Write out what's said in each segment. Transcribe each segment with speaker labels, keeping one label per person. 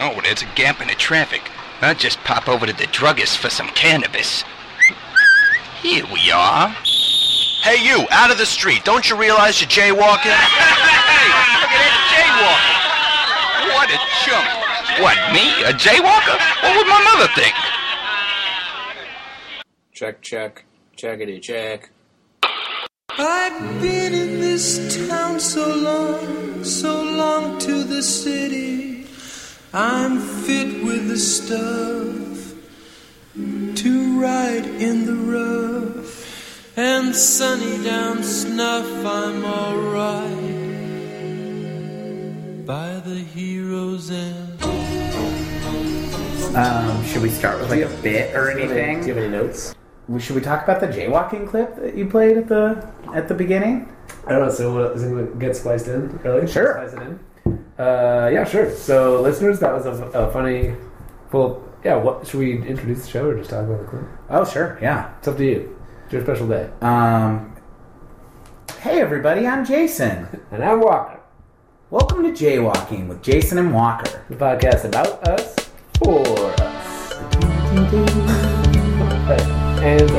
Speaker 1: Oh, there's a gap in the traffic. I'll just pop over to the druggist for some cannabis. Here we are.
Speaker 2: Hey, you, out of the street. Don't you realize you're jaywalking?
Speaker 1: Hey, look at that jaywalker. What a chump. What, me? A jaywalker? What would my mother think?
Speaker 3: Check, check, checkity check.
Speaker 4: I've been in this town so long, so long to the city. I'm fit with the stuff to ride in the rough. And sunny down snuff, I'm alright by the heroes and.
Speaker 5: Um, should we start with like a bit or
Speaker 6: Do you
Speaker 5: anything?
Speaker 6: have any notes?
Speaker 5: We- Should we talk about the jaywalking clip that you played at the at the beginning?
Speaker 6: I don't know. So what, does anyone get spliced in? Really?
Speaker 5: Sure.
Speaker 6: Splice it in. Uh, yeah, sure. So listeners, that was a, a funny. Well, yeah. What should we introduce the show or just talk about the clip?
Speaker 5: Oh, sure, yeah.
Speaker 6: It's up to you. It's your special day.
Speaker 5: Um, hey everybody, I'm Jason.
Speaker 6: And I'm Walker.
Speaker 5: Welcome to Jaywalking with Jason and Walker.
Speaker 6: The podcast about us, for us. and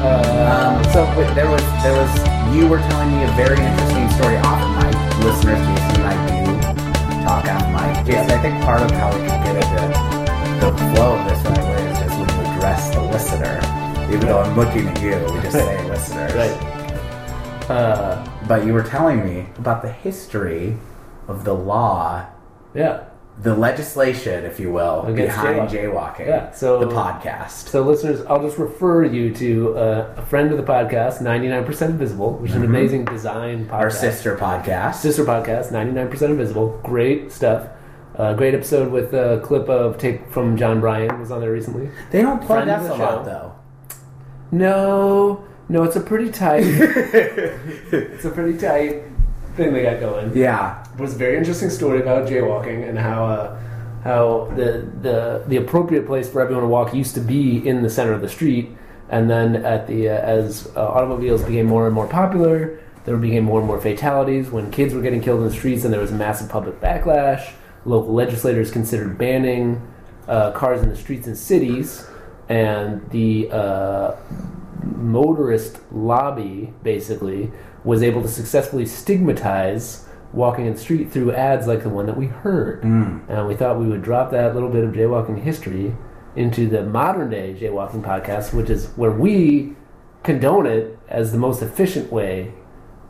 Speaker 5: Um, so wait, there was there was you were telling me a very interesting story off mic. Listeners, Jason and I do talk off mic. Jason, I think part of how we can get into the flow of this right away is just when we address the listener. Even though I'm looking at you, we just say listeners.
Speaker 6: right. Uh,
Speaker 5: But you were telling me about the history of the law,
Speaker 6: yeah.
Speaker 5: the legislation, if you will,
Speaker 6: Against
Speaker 5: behind jaywalking.
Speaker 6: Yeah, so-
Speaker 5: the podcast.
Speaker 6: So, listeners, I'll just refer you to uh, a friend of the podcast, 99% Invisible, which is an amazing design podcast.
Speaker 5: Mm-hmm. Our sister podcast.
Speaker 6: Sister podcast, 99% Invisible. Great stuff. Uh, great episode with a clip of take from John Bryan was on there recently.
Speaker 5: they don't plug
Speaker 6: friend of
Speaker 5: us
Speaker 6: the
Speaker 5: a lot
Speaker 6: show.
Speaker 5: though.
Speaker 6: No, no, it's a pretty tight. it's a pretty tight thing they got going.
Speaker 5: Yeah.
Speaker 6: It was a very interesting story about jaywalking and how uh, how the, the the appropriate place for everyone to walk used to be in the center of the street, and then at the uh, as uh, automobiles became more and more popular, there became more and more fatalities when kids were getting killed in the streets, and there was massive public backlash. Local legislators considered banning uh, cars in the streets in cities, and the uh, motorist lobby basically was able to successfully stigmatize walking in the street through ads like the one that we heard.
Speaker 5: Hmm.
Speaker 6: And we thought we would drop that little bit of jaywalking history into the modern day jaywalking podcast, which is where we condone it as the most efficient way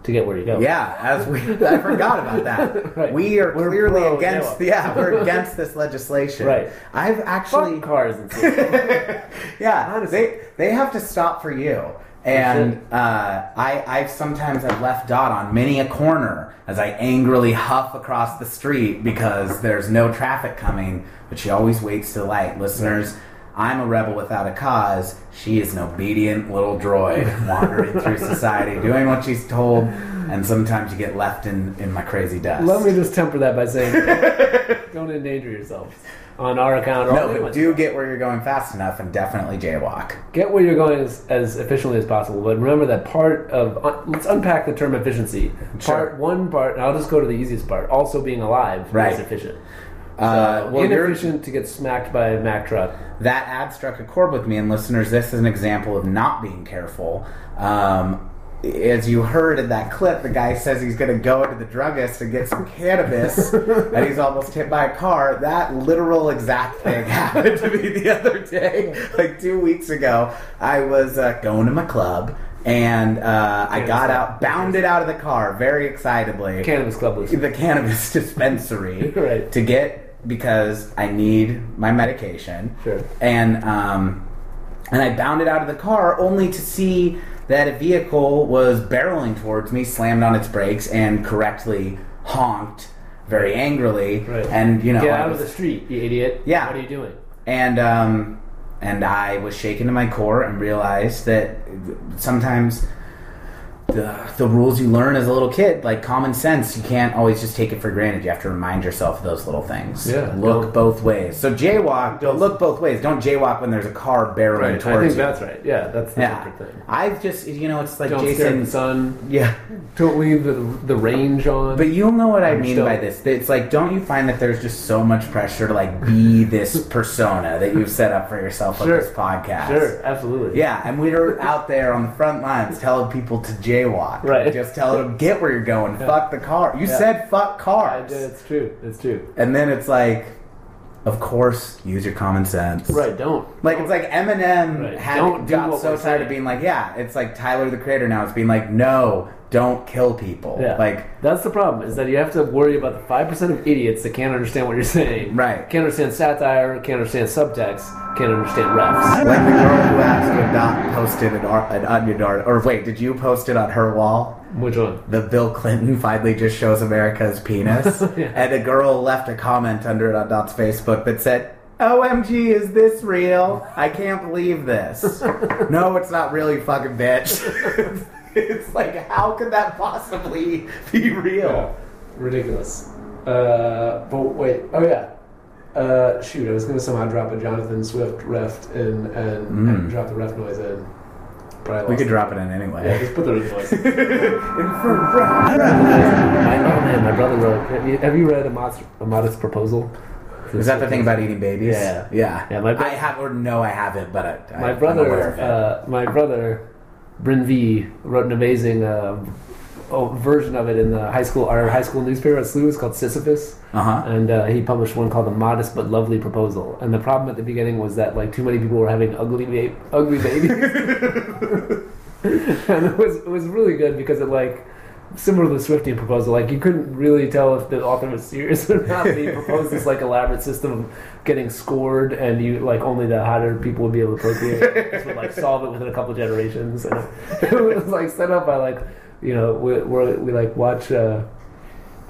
Speaker 6: to get where you go.
Speaker 5: Yeah, as we I forgot about that.
Speaker 6: Right.
Speaker 5: We are
Speaker 6: We're
Speaker 5: clearly
Speaker 6: pro
Speaker 5: against
Speaker 6: jaywalking.
Speaker 5: yeah, we're against this legislation.
Speaker 6: Right.
Speaker 5: I've
Speaker 6: Fuck
Speaker 5: actually
Speaker 6: cars and stuff.
Speaker 5: Yeah,
Speaker 6: Honestly.
Speaker 5: they they have to stop for you. And uh, I, I've sometimes I've left Dot on many a corner as I angrily huff across the street because there's no traffic coming, but she always waits to light. Listeners, I'm a rebel without a cause. She is an obedient little droid wandering through society, doing what she's told, and sometimes you get left in, in my crazy dust.
Speaker 6: Let me just temper that by saying don't endanger yourselves on our account or
Speaker 5: no, but
Speaker 6: anyone's
Speaker 5: do get where you're going fast enough and definitely jaywalk.
Speaker 6: get where you're going as, as efficiently as possible. But remember that part of uh, let's unpack the term efficiency.
Speaker 5: Sure.
Speaker 6: Part one, part and I'll just go to the easiest part. Also being alive
Speaker 5: Right.
Speaker 6: is efficient.
Speaker 5: Uh, well, you're,
Speaker 6: Inefficient to get smacked by a Mack truck.
Speaker 5: that ad struck a chord with me and listeners this is an example of not being careful um, as you heard in that clip the guy says he's going to go into the druggist and get some cannabis and he's almost hit by a car that literal exact thing happened to me the other day like two weeks ago i was uh, going to my club and uh, i got out bounded out of the car very excitedly
Speaker 6: Cannabis club was
Speaker 5: the cannabis dispensary
Speaker 6: Right.
Speaker 5: to get because I need my medication.
Speaker 6: Sure.
Speaker 5: And um, and I bounded out of the car only to see that a vehicle was barreling towards me, slammed on its brakes, and correctly honked very angrily.
Speaker 6: Right.
Speaker 5: And you know,
Speaker 6: get
Speaker 5: I
Speaker 6: out of
Speaker 5: was-
Speaker 6: the street, you idiot.
Speaker 5: Yeah.
Speaker 6: What are you doing?
Speaker 5: and um, and I was shaken to my core and realized that sometimes the, the rules you learn as a little kid, like common sense, you can't always just take it for granted. You have to remind yourself of those little things.
Speaker 6: Yeah.
Speaker 5: Look
Speaker 6: Don't-
Speaker 5: both ways. So jaywalk, don't look both ways. Don't jaywalk when there's a car barreling
Speaker 6: Right.
Speaker 5: towards
Speaker 6: I think
Speaker 5: you.
Speaker 6: that's right. Yeah, that's the
Speaker 5: yeah.
Speaker 6: secret thing.
Speaker 5: I've just, you know, it's like
Speaker 6: Don't stare at the
Speaker 5: Jason.
Speaker 6: sun.
Speaker 5: Yeah.
Speaker 6: Don't leave the, the range on.
Speaker 5: But you'll know what I mean
Speaker 6: still-
Speaker 5: by this. It's like, don't you find that there's just so much pressure to like be this persona that you've set up for yourself
Speaker 6: Sure.
Speaker 5: with this podcast?
Speaker 6: sure, absolutely.
Speaker 5: Yeah, and we were out there on the front lines telling people to jaywalk.
Speaker 6: Right.
Speaker 5: Just telling them get where you're going. Fuck the car. You
Speaker 6: Yeah.
Speaker 5: said fuck
Speaker 6: I
Speaker 5: cars.
Speaker 6: did. It's true. It's true.
Speaker 5: And then it's like, of course, use your common sense.
Speaker 6: Right. Don't.
Speaker 5: Like it's like Eminem
Speaker 6: Right.
Speaker 5: had
Speaker 6: Don't do
Speaker 5: got
Speaker 6: what
Speaker 5: so
Speaker 6: we're
Speaker 5: tired of
Speaker 6: saying.
Speaker 5: being like, yeah. It's like Tyler the Creator now is being like, no, don't kill people.
Speaker 6: Yeah.
Speaker 5: Like
Speaker 6: that's the problem is that you have to worry about the five percent of idiots that can't understand what you're saying.
Speaker 5: Right.
Speaker 6: Can't understand satire. Can't understand subtext. Can't understand refs.
Speaker 5: like the girl who asked to not posted an, ar- an onion art. Or wait, did you post it on her wall?
Speaker 6: Which one?
Speaker 5: the Bill Clinton finally just shows America's penis.
Speaker 6: Yeah.
Speaker 5: And a girl left a comment under it on Dot's Facebook that said, OMG, is this real? I can't believe this. no, it's not really, fucking bitch. it's like, how could that possibly be real?
Speaker 6: Ridiculous. Uh, but wait. Oh yeah. Uh, shoot, I was going to somehow drop a Jonathan Swift ref in and, and drop the ref noise in. But I
Speaker 5: We
Speaker 6: lost
Speaker 5: could
Speaker 6: it.
Speaker 5: drop it in
Speaker 6: Yeah,
Speaker 5: anyway.
Speaker 6: just put the roof noise. in. My, oh man, my brother wrote. Have you, have you read a modest, a modest Proposal?
Speaker 5: Is that the thing about eating babies?
Speaker 6: Yeah.
Speaker 5: Yeah.
Speaker 6: Yeah, my bro-
Speaker 5: I have, or no, I haven't, but I, I,
Speaker 6: my
Speaker 5: I'm aware
Speaker 6: brother,
Speaker 5: of it.
Speaker 6: uh, my brother, Bryn V, wrote an amazing uh, oh, version of it in the high school our high school newspaper at SLU. It's called Sisyphus,
Speaker 5: Uh-huh.
Speaker 6: and uh, he published one called "The Modest but Lovely Proposal." And the problem at the beginning was that like too many people were having ugly ba- ugly babies, and it was it was really good because it like. Similar to the Swiftian proposal, like you couldn't really tell if the author was serious or not. But he proposed this like elaborate system of getting scored, and you like only the hotter people would be able to procreate. This would like solve it within a couple generations, and it was like set up by like you know we we're, we like watch uh,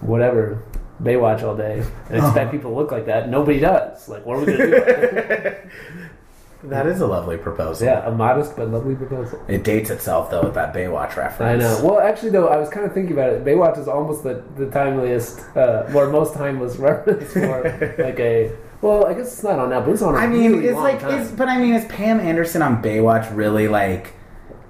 Speaker 6: whatever they watch all day and expect people to look like that. Nobody does. Like what are we gonna do?
Speaker 5: that is a lovely proposal.
Speaker 6: yeah, a modest but lovely proposal.
Speaker 5: It dates itself, though, with that Baywatch
Speaker 6: I
Speaker 5: reference.
Speaker 6: know. Well, actually, though, I was kind of thinking about it. Baywatch is almost the, the timeliest, uh, or most timeless reference for like a. Well, I guess it's not on now, but it's on. I
Speaker 5: I mean, it's like, is, but I mean, is Pam Anderson on Baywatch really like?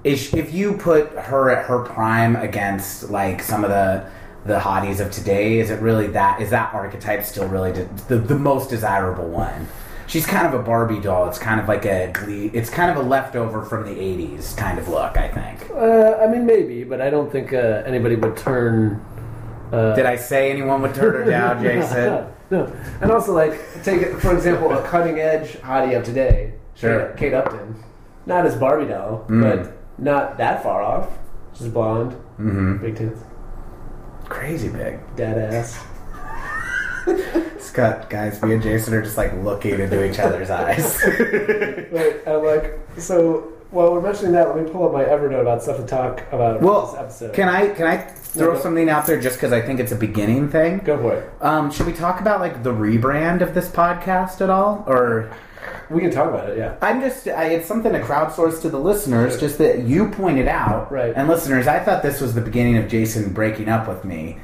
Speaker 5: Is she- if you put her at her prime against like some of the the hotties of today, is it really that? Is that archetype still really de- the the most desirable one? She's kind of a Barbie doll. It's kind of like a glee. It's kind of a leftover from the '80s kind of look. I think.
Speaker 6: uh, I mean, maybe, but I don't think uh, anybody would turn.
Speaker 5: Did I say anyone would turn her down, Jason?
Speaker 6: No, no. and also like take it, for example a cutting edge hottie of today,
Speaker 5: Sure. Mm.
Speaker 6: Kate, Kate Upton, not as Barbie doll, but not that far off. She's blonde, mm-hmm. big tits,
Speaker 5: Crazy big.
Speaker 6: dead ass.
Speaker 5: Scott, guys, me and Jason are just like looking into each other's eyes.
Speaker 6: Wait, I'm like, so while we're mentioning that, let me pull up my Evernote about stuff to talk about
Speaker 5: Well,
Speaker 6: this episode.
Speaker 5: can I can I throw
Speaker 6: Yeah, go.
Speaker 5: something out there just because I think it's a beginning thing?
Speaker 6: Go for it.
Speaker 5: Um, should we talk about like the rebrand of this podcast at all, or
Speaker 6: We can talk about it, yeah.
Speaker 5: I'm just I, it's something to crowdsource to the listeners, just that you pointed out,
Speaker 6: Right.
Speaker 5: And listeners, I thought this was the beginning of Jason breaking up with me,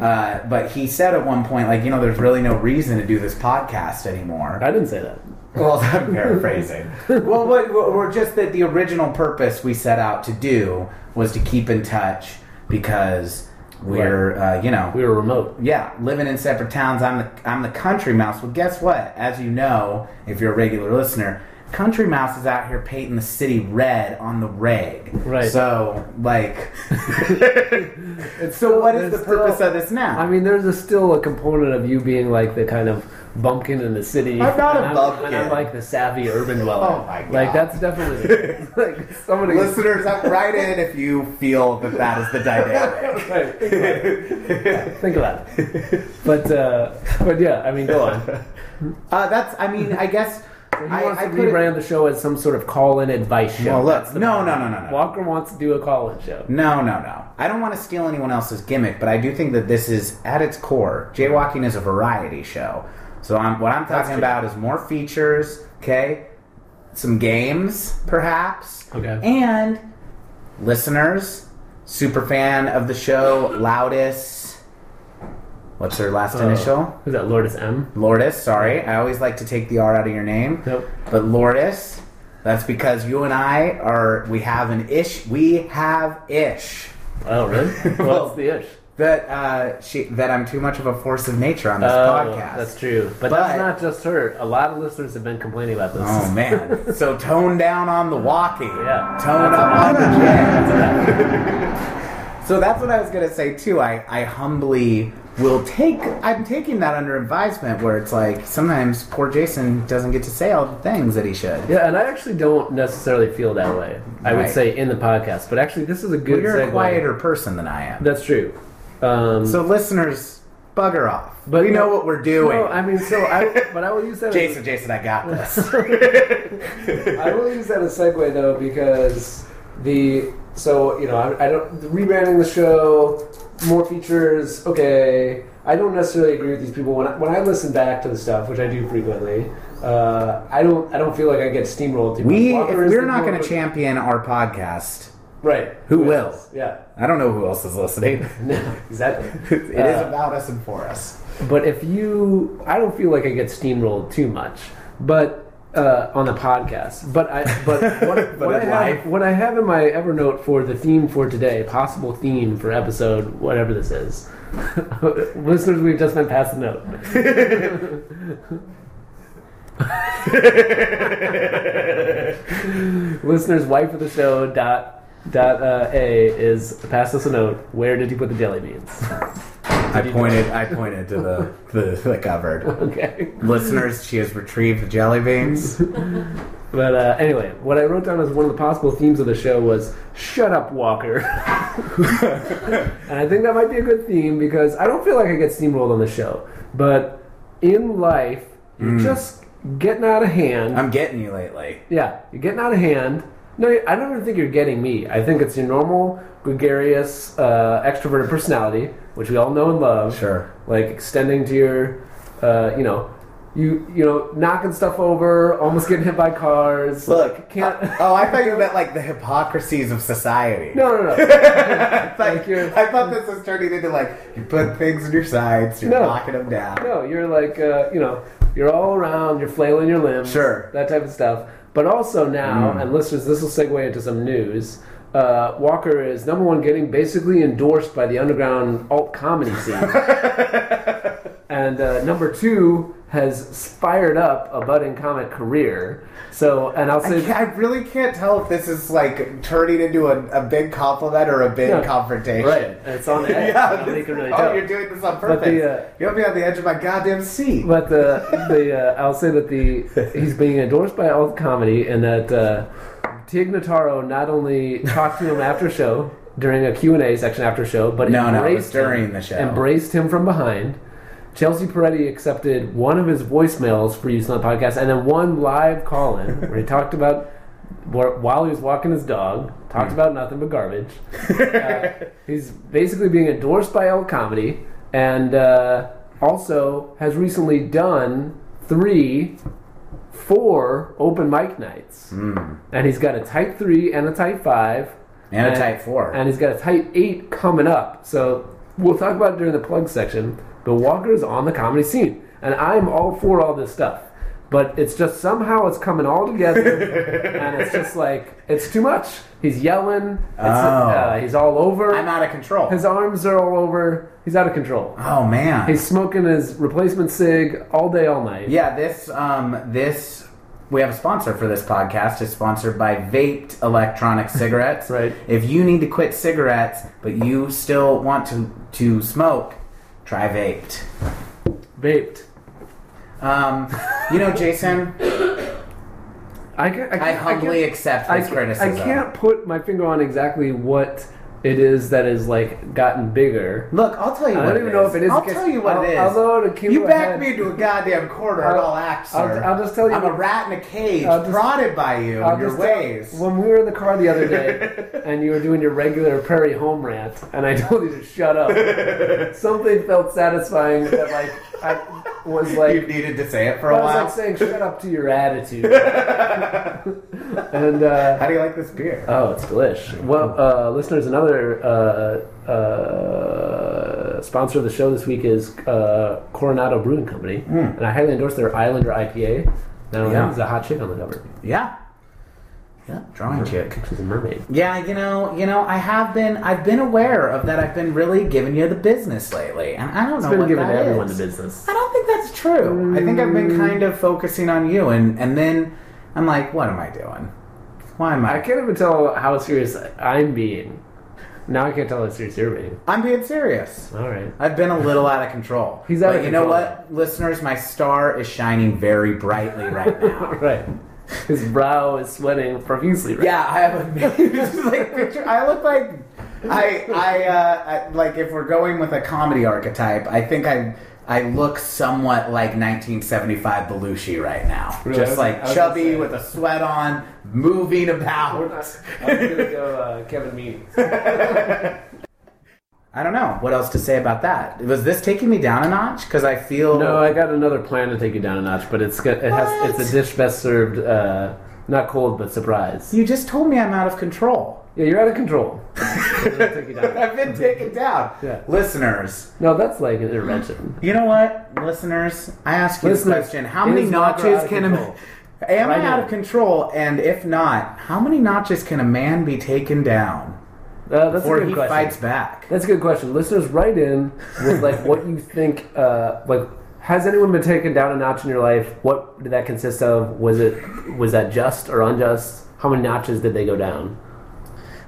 Speaker 5: uh, but he said at one point, like, you know, there's really no reason to do this podcast anymore.
Speaker 6: I didn't say that.
Speaker 5: Well, I'm paraphrasing. well, what, what, or just that the original purpose we set out to do was to keep in touch because we're, uh, you know,
Speaker 6: We were remote.
Speaker 5: yeah, living in separate towns. I'm the I'm the country mouse. Well, guess what? As you know, if you're a regular listener, country mouse is out here painting the city red on the reg.
Speaker 6: Right.
Speaker 5: So, like, so what is the
Speaker 6: there's
Speaker 5: purpose
Speaker 6: still-
Speaker 5: of this now?
Speaker 6: I mean, there's a, still a component of you being like the kind of bumpkin in the city.
Speaker 5: I'm not a
Speaker 6: and And I'm
Speaker 5: bumpkin.
Speaker 6: like the savvy urban dweller.
Speaker 5: Oh my God.
Speaker 6: Like, that's definitely. like, somebody.
Speaker 5: listeners, write in if you feel that that is the dynamic.
Speaker 6: Right, think about it. Think about it. But, uh, but yeah, I mean, go on.
Speaker 5: Uh, that's. I mean, I guess.
Speaker 6: He
Speaker 5: I,
Speaker 6: wants
Speaker 5: I
Speaker 6: to
Speaker 5: put it-
Speaker 6: rebrand the show as some sort of call-in advice show.
Speaker 5: Well,
Speaker 6: That's
Speaker 5: look,
Speaker 6: the
Speaker 5: no, no,
Speaker 6: problem.
Speaker 5: no, no, no,
Speaker 6: Walker wants to do a call-in show.
Speaker 5: no, no, no. I don't want to steal anyone else's gimmick, but I do think that this is at its core. Jaywalking is a variety show, so I'm, what I'm talking about is more features. Okay, some games, perhaps.
Speaker 6: Okay.
Speaker 5: and listeners. super fan of the show, Loudest. What's her last
Speaker 6: Uh,
Speaker 5: initial?
Speaker 6: Oh. Who's that? Lourdes M.
Speaker 5: Lourdes, sorry. I always like to take the R out of your name.
Speaker 6: Nope.
Speaker 5: But Lourdes, that's because you and I are, we have an ish. We have ish.
Speaker 6: Oh, really?
Speaker 5: Well,
Speaker 6: What's the ish?
Speaker 5: That uh, she that I'm too much of a force of nature on this
Speaker 6: Oh,
Speaker 5: podcast.
Speaker 6: that's true. But,
Speaker 5: But-
Speaker 6: that's not just her. A lot of listeners have been complaining about this.
Speaker 5: Oh man! so tone down on the walking.
Speaker 6: Yeah.
Speaker 5: Tone up on the jazz.
Speaker 6: That's all right.
Speaker 5: So that's what I was gonna say too. I, I humbly will take. I'm taking that under advisement. Where it's like sometimes poor Jason doesn't get to say all the things that he should.
Speaker 6: Yeah, and I actually don't necessarily feel that way. I would
Speaker 5: Right.
Speaker 6: say in the podcast, but actually, this is a good.
Speaker 5: But you're a
Speaker 6: segue.
Speaker 5: quieter person than I am.
Speaker 6: That's true. Um,
Speaker 5: So listeners, bugger off. we know
Speaker 6: no-
Speaker 5: what we're doing.
Speaker 6: No, I mean, so I. But I will use that. as-
Speaker 5: Jason, Jason, I got this.
Speaker 6: I will use that as a segue though because the so you know I, I don't the rebranding the show, more features. Okay, I don't necessarily agree with these people when I, when I listen back to the stuff, which I do frequently. Uh, I don't I don't feel like I get steamrolled. Too
Speaker 5: we
Speaker 6: much.
Speaker 5: if
Speaker 6: Walker is
Speaker 5: we're
Speaker 6: the
Speaker 5: not
Speaker 6: more-
Speaker 5: going to champion our podcast.
Speaker 6: right.
Speaker 5: Who will?
Speaker 6: Yeah.
Speaker 5: I don't know who else is listening.
Speaker 6: No, exactly.
Speaker 5: It is
Speaker 6: Uh,
Speaker 5: about us and for us.
Speaker 6: But if you, I don't feel like I get steamrolled too much, but uh, on the podcast. But I, but what,
Speaker 5: But
Speaker 6: what, I
Speaker 5: in
Speaker 6: have,
Speaker 5: life.
Speaker 6: what I have in my Evernote for the theme for today, possible theme for episode whatever this is. Listeners, we've just been passed the note. Listeners, wife of the show dot dot uh, a is pass us a note. Where did you put the jelly beans?
Speaker 5: I pointed. I pointed to the the, the cupboard.
Speaker 6: Okay.
Speaker 5: Listeners, she has retrieved the jelly beans.
Speaker 6: But uh, anyway, what I wrote down as one of the possible themes of the show was "Shut up, Walker," and I think that might be a good theme because I don't feel like I get steamrolled on the show, but in life, you're just getting out of hand.
Speaker 5: Hmm. I'm getting you lately.
Speaker 6: yeah, you're getting out of hand. No, I don't even think you're getting me. I think it's your normal gregarious, uh, extroverted personality, which we all know and love
Speaker 5: Sure.
Speaker 6: like extending to your, uh, you know, you you know, knocking stuff over, almost getting hit by cars.
Speaker 5: Look.
Speaker 6: can't.
Speaker 5: Oh, I thought you meant like the hypocrisies of society.
Speaker 6: no, no, no.
Speaker 5: I thought,
Speaker 6: Like you're-
Speaker 5: I thought this was turning into like you put things in your sides, you're
Speaker 6: No.
Speaker 5: knocking them down.
Speaker 6: No, you're like, uh, you know, you're all around, you're flailing your limbs,
Speaker 5: Sure. Hmm.
Speaker 6: that type of stuff. But also now, and listeners, this will segue into some news. Uh, Walker is number one, getting basically endorsed by the underground alt comedy scene, and uh, number two has fired up a budding comic career. So, and I'll
Speaker 5: I,
Speaker 6: say,
Speaker 5: can't- I really can't tell if this is like turning into a, a big compliment or a big
Speaker 6: Yeah.
Speaker 5: confrontation.
Speaker 6: Right, and it's on the edge.
Speaker 5: yeah,
Speaker 6: I don't think you can really
Speaker 5: oh,
Speaker 6: tell.
Speaker 5: you're doing this on
Speaker 6: But
Speaker 5: purpose.
Speaker 6: the, uh,
Speaker 5: you have me on the edge of my goddamn seat.
Speaker 6: But the the uh, I'll say that the he's being endorsed by alt comedy, and that uh, Tig Notaro not only talked to him after show during a Q and A section after show, but
Speaker 5: No, no, it was
Speaker 6: embraced
Speaker 5: during
Speaker 6: him-
Speaker 5: the show.
Speaker 6: embraced him from behind. Chelsea Peretti accepted one of his voicemails for use on the podcast, and then one live call in where he talked about wh- while he was walking his dog, talked
Speaker 5: Hmm.
Speaker 6: about nothing but garbage. Uh, he's basically being endorsed by L Comedy, and uh, also has recently done three, four open mic nights, and he's got a type three and a type five.
Speaker 5: Hmm. And a type four.
Speaker 6: And he's got a type eight coming up. So we'll talk about it during the plug section. But Walker's on the comedy scene. And I'm all for all this stuff. But it's just somehow it's coming all together. and it's just like, it's too much. He's yelling. It's, uh, he's all over.
Speaker 5: Oh. I'm out of control.
Speaker 6: His arms are all over. He's out of control.
Speaker 5: Oh man.
Speaker 6: He's smoking his replacement cig all day, all night.
Speaker 5: yeah, this um this we have a sponsor for this podcast. It's sponsored by Vaped Electronic Cigarettes.
Speaker 6: Right.
Speaker 5: If you need to quit cigarettes but you still want to to smoke, try Vaped.
Speaker 6: Vaped.
Speaker 5: Um, you know, Jason,
Speaker 6: I, ca- I, ca-
Speaker 5: I
Speaker 6: I
Speaker 5: humbly
Speaker 6: can't-
Speaker 5: accept
Speaker 6: I,
Speaker 5: this
Speaker 6: ca-
Speaker 5: criticism.
Speaker 6: I can't put my finger on exactly what it is that is like gotten bigger.
Speaker 5: Look, I'll tell you
Speaker 6: I
Speaker 5: what
Speaker 6: don't even know if it is
Speaker 5: I'll
Speaker 6: because-
Speaker 5: tell you what it is.
Speaker 6: I'll- although it came
Speaker 5: you
Speaker 6: to a
Speaker 5: backed
Speaker 6: head-
Speaker 5: me into a goddamn corner at
Speaker 6: I'll-
Speaker 5: all acts,
Speaker 6: I'll-
Speaker 5: sir.
Speaker 6: I'll just tell you
Speaker 5: I'm a
Speaker 6: what-
Speaker 5: rat in a cage,
Speaker 6: I'll just-
Speaker 5: prodded by you
Speaker 6: I'll
Speaker 5: and your
Speaker 6: just tell-
Speaker 5: ways.
Speaker 6: When we were in the car the other day, and you were doing your regular prairie home rant, and I told you to shut up, something felt satisfying that like I was
Speaker 5: you
Speaker 6: like,
Speaker 5: needed to say it for
Speaker 6: I
Speaker 5: a
Speaker 6: was
Speaker 5: while.
Speaker 6: like saying, shut up to your attitude. and uh,
Speaker 5: How do you like this beer?
Speaker 6: Oh, it's delish. Well, uh, listeners, another uh, uh, sponsor of the show this week is uh, Coronado Brewing Company, and I highly endorse their Islander IPA. Now
Speaker 5: Yeah.
Speaker 6: there's a hot chick on the cover.
Speaker 5: yeah. Yeah, drawing chick.
Speaker 6: She's a mermaid.
Speaker 5: Yeah, you know, you know, I have been, I've been aware of that. I've been really giving you the business lately, and I don't know
Speaker 6: It's been
Speaker 5: what
Speaker 6: giving
Speaker 5: that
Speaker 6: everyone
Speaker 5: is.
Speaker 6: the business. Mm.
Speaker 5: I don't think that's true. I think I've been kind of focusing on you, and and then I'm like, what am I doing? Why am
Speaker 6: I
Speaker 5: I?
Speaker 6: can't even tell how serious I'm being. Now I can't tell how serious you're being.
Speaker 5: I'm being serious.
Speaker 6: All right.
Speaker 5: I've been a little out of control.
Speaker 6: He's out
Speaker 5: but
Speaker 6: of
Speaker 5: you know
Speaker 6: control.
Speaker 5: what, listeners? My star is shining very brightly right now.
Speaker 6: Right. His brow is sweating profusely. Right?
Speaker 5: Yeah, I have a just like picture. I look like I I, uh, I like if we're going with a comedy archetype, I think I I look somewhat like 1975 Belushi right now,
Speaker 6: Really? I
Speaker 5: just
Speaker 6: was- I
Speaker 5: like
Speaker 6: was gonna
Speaker 5: chubby
Speaker 6: say-
Speaker 5: with a sweat on, moving about.
Speaker 6: go uh, Kevin Mead.
Speaker 5: I don't know what else to say about that. Was this taking me down a notch? Because I feel
Speaker 6: No, I got another plan to take you down a notch, but it's got, it
Speaker 5: What?
Speaker 6: has it's a dish best served uh, not cold but surprise.
Speaker 5: you just told me I'm out of control.
Speaker 6: Yeah, you're out of control. I'm gonna take you down a notch.
Speaker 5: I've been taken down,
Speaker 6: Yeah.
Speaker 5: listeners.
Speaker 6: no, that's like an intervention.
Speaker 5: You know what, listeners? I ask you this
Speaker 6: Listeners,
Speaker 5: question: How
Speaker 6: it
Speaker 5: many
Speaker 6: is not out
Speaker 5: notches
Speaker 6: of
Speaker 5: can a
Speaker 6: control.
Speaker 5: am
Speaker 6: Right
Speaker 5: I out
Speaker 6: now.
Speaker 5: of control? And if not, how many notches can a man be taken down
Speaker 6: Uh, that's a
Speaker 5: before
Speaker 6: good
Speaker 5: he
Speaker 6: question.
Speaker 5: fights back?
Speaker 6: That's a good question. Listeners, write in with like what you think. Uh, like, has anyone been taken down a notch in your life? What did that consist of? Was it was that just or unjust? How many notches did they go down?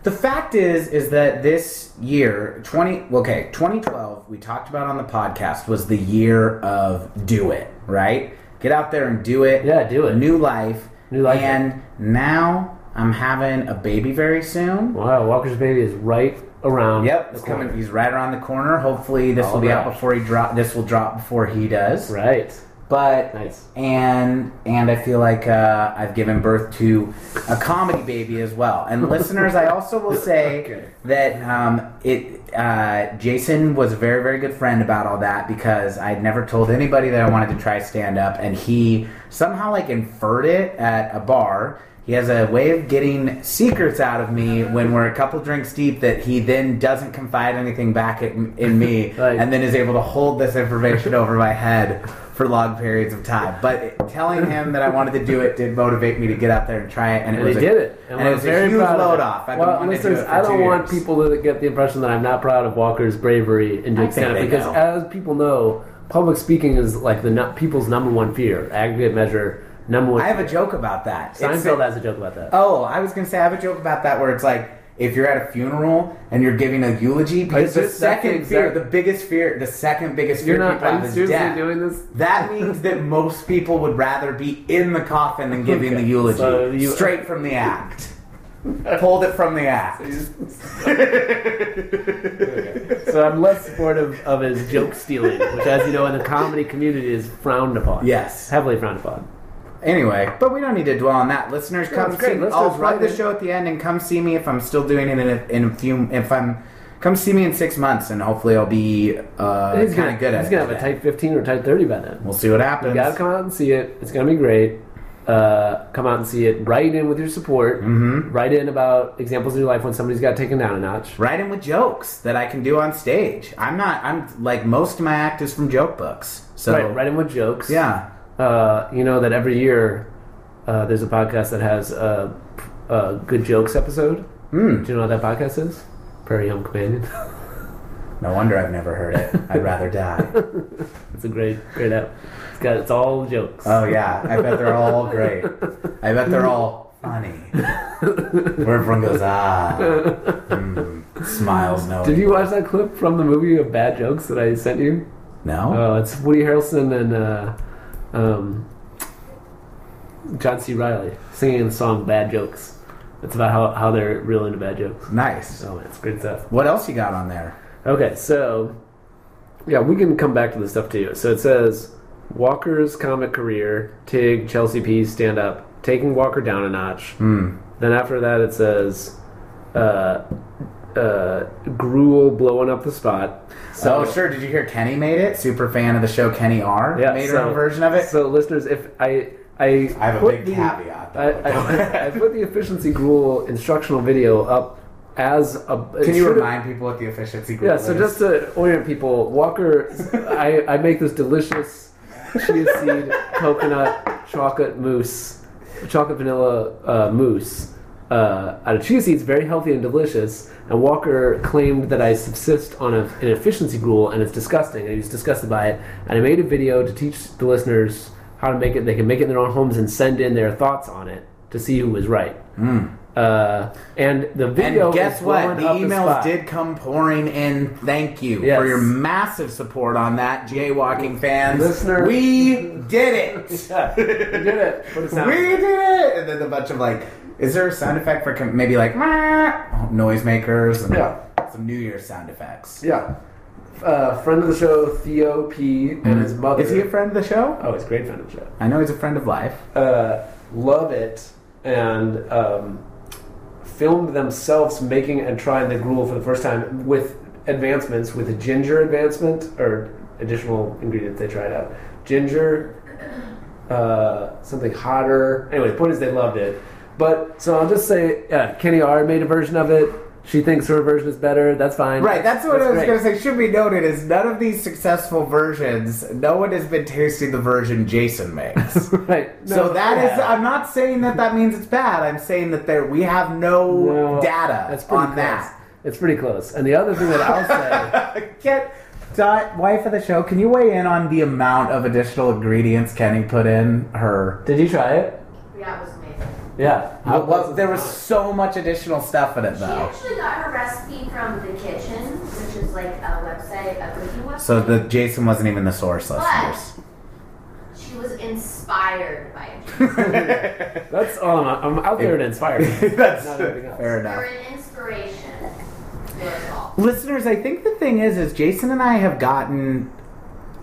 Speaker 5: The fact is, is that this year, twenty okay, twenty twelve, we talked about on the podcast was the year of do it right. Get out there and do it.
Speaker 6: Yeah, do it.
Speaker 5: New life.
Speaker 6: New life.
Speaker 5: And now I'm having a baby very soon.
Speaker 6: Wow, Walker's baby is right around.
Speaker 5: Yep,
Speaker 6: the
Speaker 5: he's
Speaker 6: corner.
Speaker 5: coming. He's right around the corner. Hopefully, this will be
Speaker 6: All
Speaker 5: out
Speaker 6: right.
Speaker 5: before he drop. This will drop before he does.
Speaker 6: Right.
Speaker 5: But
Speaker 6: Nice.
Speaker 5: and and I feel like uh, I've given birth to a comedy baby as well. And listeners, I also will say
Speaker 6: Okay.
Speaker 5: that um, it uh, Jason was a very very good friend about all that because I'd never told anybody that I wanted to try stand up, and he somehow like inferred it at a bar. He has a way of getting secrets out of me when we're a couple drinks deep that he then doesn't confide anything back in, in me,
Speaker 6: Right.
Speaker 5: and then is able to hold this information over my head for long periods of time. But telling him that I wanted to do it did motivate me to get out there and try it, and it
Speaker 6: And
Speaker 5: was
Speaker 6: he
Speaker 5: a,
Speaker 6: did it,
Speaker 5: and,
Speaker 6: I
Speaker 5: it was a huge
Speaker 6: proud of
Speaker 5: load
Speaker 6: it.
Speaker 5: off. I've
Speaker 6: well,
Speaker 5: been wanting to do
Speaker 6: listeners,
Speaker 5: it for
Speaker 6: I don't
Speaker 5: two
Speaker 6: want
Speaker 5: years.
Speaker 6: people to get the impression that I'm not proud of Walker's bravery and
Speaker 5: I think
Speaker 6: stand up
Speaker 5: they
Speaker 6: because,
Speaker 5: know.
Speaker 6: as people know, public speaking is like the nu- people's number one fear, aggregate measure, number one.
Speaker 5: I have a joke about that. It's-
Speaker 6: Seinfeld has a joke about that.
Speaker 5: Oh, I was gonna say I have a joke about that where it's like if you're at a funeral and you're giving a eulogy, because the
Speaker 6: just- that's the
Speaker 5: second fear,
Speaker 6: exact-
Speaker 5: the biggest fear, the second biggest fear
Speaker 6: You're not.
Speaker 5: people
Speaker 6: Are
Speaker 5: have
Speaker 6: you
Speaker 5: is
Speaker 6: seriously
Speaker 5: death.
Speaker 6: doing this?
Speaker 5: That means that most people would rather be in the coffin than giving
Speaker 6: Okay,
Speaker 5: the eulogy,
Speaker 6: so you-
Speaker 5: straight from the act. Pulled it from the act.
Speaker 6: So I'm less supportive of his joke stealing, which, as you know, in the comedy community, is frowned upon.
Speaker 5: Yes.
Speaker 6: heavily frowned upon.
Speaker 5: Anyway, but we don't need to dwell on that. Listeners, come
Speaker 6: that's
Speaker 5: see.
Speaker 6: great. Listeners,
Speaker 5: I'll plug
Speaker 6: write
Speaker 5: the
Speaker 6: in.
Speaker 5: show at the end and come see me if I'm still doing it in a, in a few. If I'm, come see me in six months and hopefully I'll be uh,
Speaker 6: he's
Speaker 5: kind
Speaker 6: gonna,
Speaker 5: of good at
Speaker 6: he's
Speaker 5: it.
Speaker 6: gonna have a tight 15 or tight 30 by then.
Speaker 5: We'll see what happens.
Speaker 6: You gotta come out and see it. It's gonna be great. Uh, come out and see it. Write in with your support. Mm-hmm. Write in about examples in your life when somebody's got taken down a notch.
Speaker 5: Write in with jokes that I can do on stage. I'm not. I'm like most of my act is from joke books. So
Speaker 6: Write, write in with jokes.
Speaker 5: yeah,
Speaker 6: Uh, you know that every year uh, there's a podcast that has a, a good jokes episode.
Speaker 5: Hmm.
Speaker 6: Do you know what that podcast is? Prairie Home Companion.
Speaker 5: no wonder I've never heard it. I'd rather die.
Speaker 6: it's a great, great app. It's got it's all jokes.
Speaker 5: Oh yeah, I bet they're all great. I bet they're all funny. Where everyone goes ah, mm, smiles no.
Speaker 6: Did you watch that clip from the movie of bad jokes that I sent you?
Speaker 5: no?
Speaker 6: Oh, it's Woody Harrelson and uh, um, John C. Riley singing the song "Bad Jokes." It's about how, how they're real into bad jokes.
Speaker 5: nice.
Speaker 6: Oh, man, it's great stuff.
Speaker 5: What else you got on there?
Speaker 6: Okay, so yeah, we can come back to this stuff too. So it says Walker's comic career, Tig, Chelsea P, stand up, taking Walker down a notch. Then after that, it says uh, uh, Gruel blowing up the spot. So
Speaker 5: oh, sure. Did you hear Kenny made it? Super fan of the show, Kenny R.
Speaker 6: Yeah,
Speaker 5: made
Speaker 6: so-
Speaker 5: her own version of it.
Speaker 6: So, listeners, if I I,
Speaker 5: I have a
Speaker 6: put
Speaker 5: big
Speaker 6: the-
Speaker 5: caveat, though.
Speaker 6: I, I, I put the efficiency gruel instructional video up as a. it
Speaker 5: Can you
Speaker 6: should've-
Speaker 5: remind people what the efficiency group
Speaker 6: Yeah,
Speaker 5: is?
Speaker 6: so just to orient people, Walker, I, I make this delicious chia seed coconut chocolate mousse, chocolate vanilla uh, mousse uh, out of chia seeds, very healthy and delicious. And Walker claimed that I subsist on a, an efficiency gruel, and it's disgusting, and he was disgusted by it. And I made a video to teach the listeners how to make it. They can make it in their own homes and send in their thoughts on it to see who was right. Uh, and the
Speaker 5: Hmm. And
Speaker 6: video.
Speaker 5: guess
Speaker 6: is
Speaker 5: what?
Speaker 6: blowing
Speaker 5: The
Speaker 6: up the
Speaker 5: emails
Speaker 6: spot.
Speaker 5: did come pouring in. Thank you
Speaker 6: Yes.
Speaker 5: for your massive support on that, jaywalking fans.
Speaker 6: Listener-
Speaker 5: we did it.
Speaker 6: Yeah, you did it. Put a sound.
Speaker 5: We did it. And then a bunch of like, is there a sound effect for com- maybe like "Meh," noisemakers? And
Speaker 6: Yeah.
Speaker 5: Some New Year's sound effects.
Speaker 6: Yeah. Uh, friend of the show, Theo P. and his mother.
Speaker 5: Mm-hmm. Is he a friend of the show?
Speaker 6: Oh, he's a great friend of the show.
Speaker 5: I know he's a friend of life.
Speaker 6: Uh, love it. And um, filmed themselves making and trying the gruel for the first time with advancements, with a ginger advancement or additional ingredients they tried out. Ginger, uh, something hotter. Anyway, the point is they loved it. But so I'll just say, yeah, Kenny R made a version of it. She thinks her version is better. That's fine.
Speaker 5: Right, that's what I was
Speaker 6: great.
Speaker 5: going to say. Should be noted is none of these successful versions, no one has been tasting the version Jason makes.
Speaker 6: Right.
Speaker 5: so that is-
Speaker 6: yeah.
Speaker 5: I'm not saying that that means it's bad. I'm saying that there we have no
Speaker 6: No,
Speaker 5: data
Speaker 6: pretty
Speaker 5: on
Speaker 6: close.
Speaker 5: that.
Speaker 6: It's pretty close. And the other thing that I'll say,
Speaker 5: Get Dot, wife of the show, can you weigh in on the amount of additional ingredients Kenny put in her?
Speaker 6: did you try it?
Speaker 7: Yeah, it was amazing.
Speaker 6: Yeah.
Speaker 5: Well, there was so much additional stuff in it
Speaker 7: She
Speaker 5: though.
Speaker 7: actually got her recipe from The Kitchen, which is like a website, a cooking website.
Speaker 5: So the Jason wasn't even the source, listeners.
Speaker 7: she was inspired by it.
Speaker 6: that's all I'm, I'm out there to inspire. people,
Speaker 5: That's
Speaker 6: not anything else.
Speaker 5: fair enough.
Speaker 7: You're an inspiration. You're a doll.
Speaker 5: listeners i think the thing is is jason and i have gotten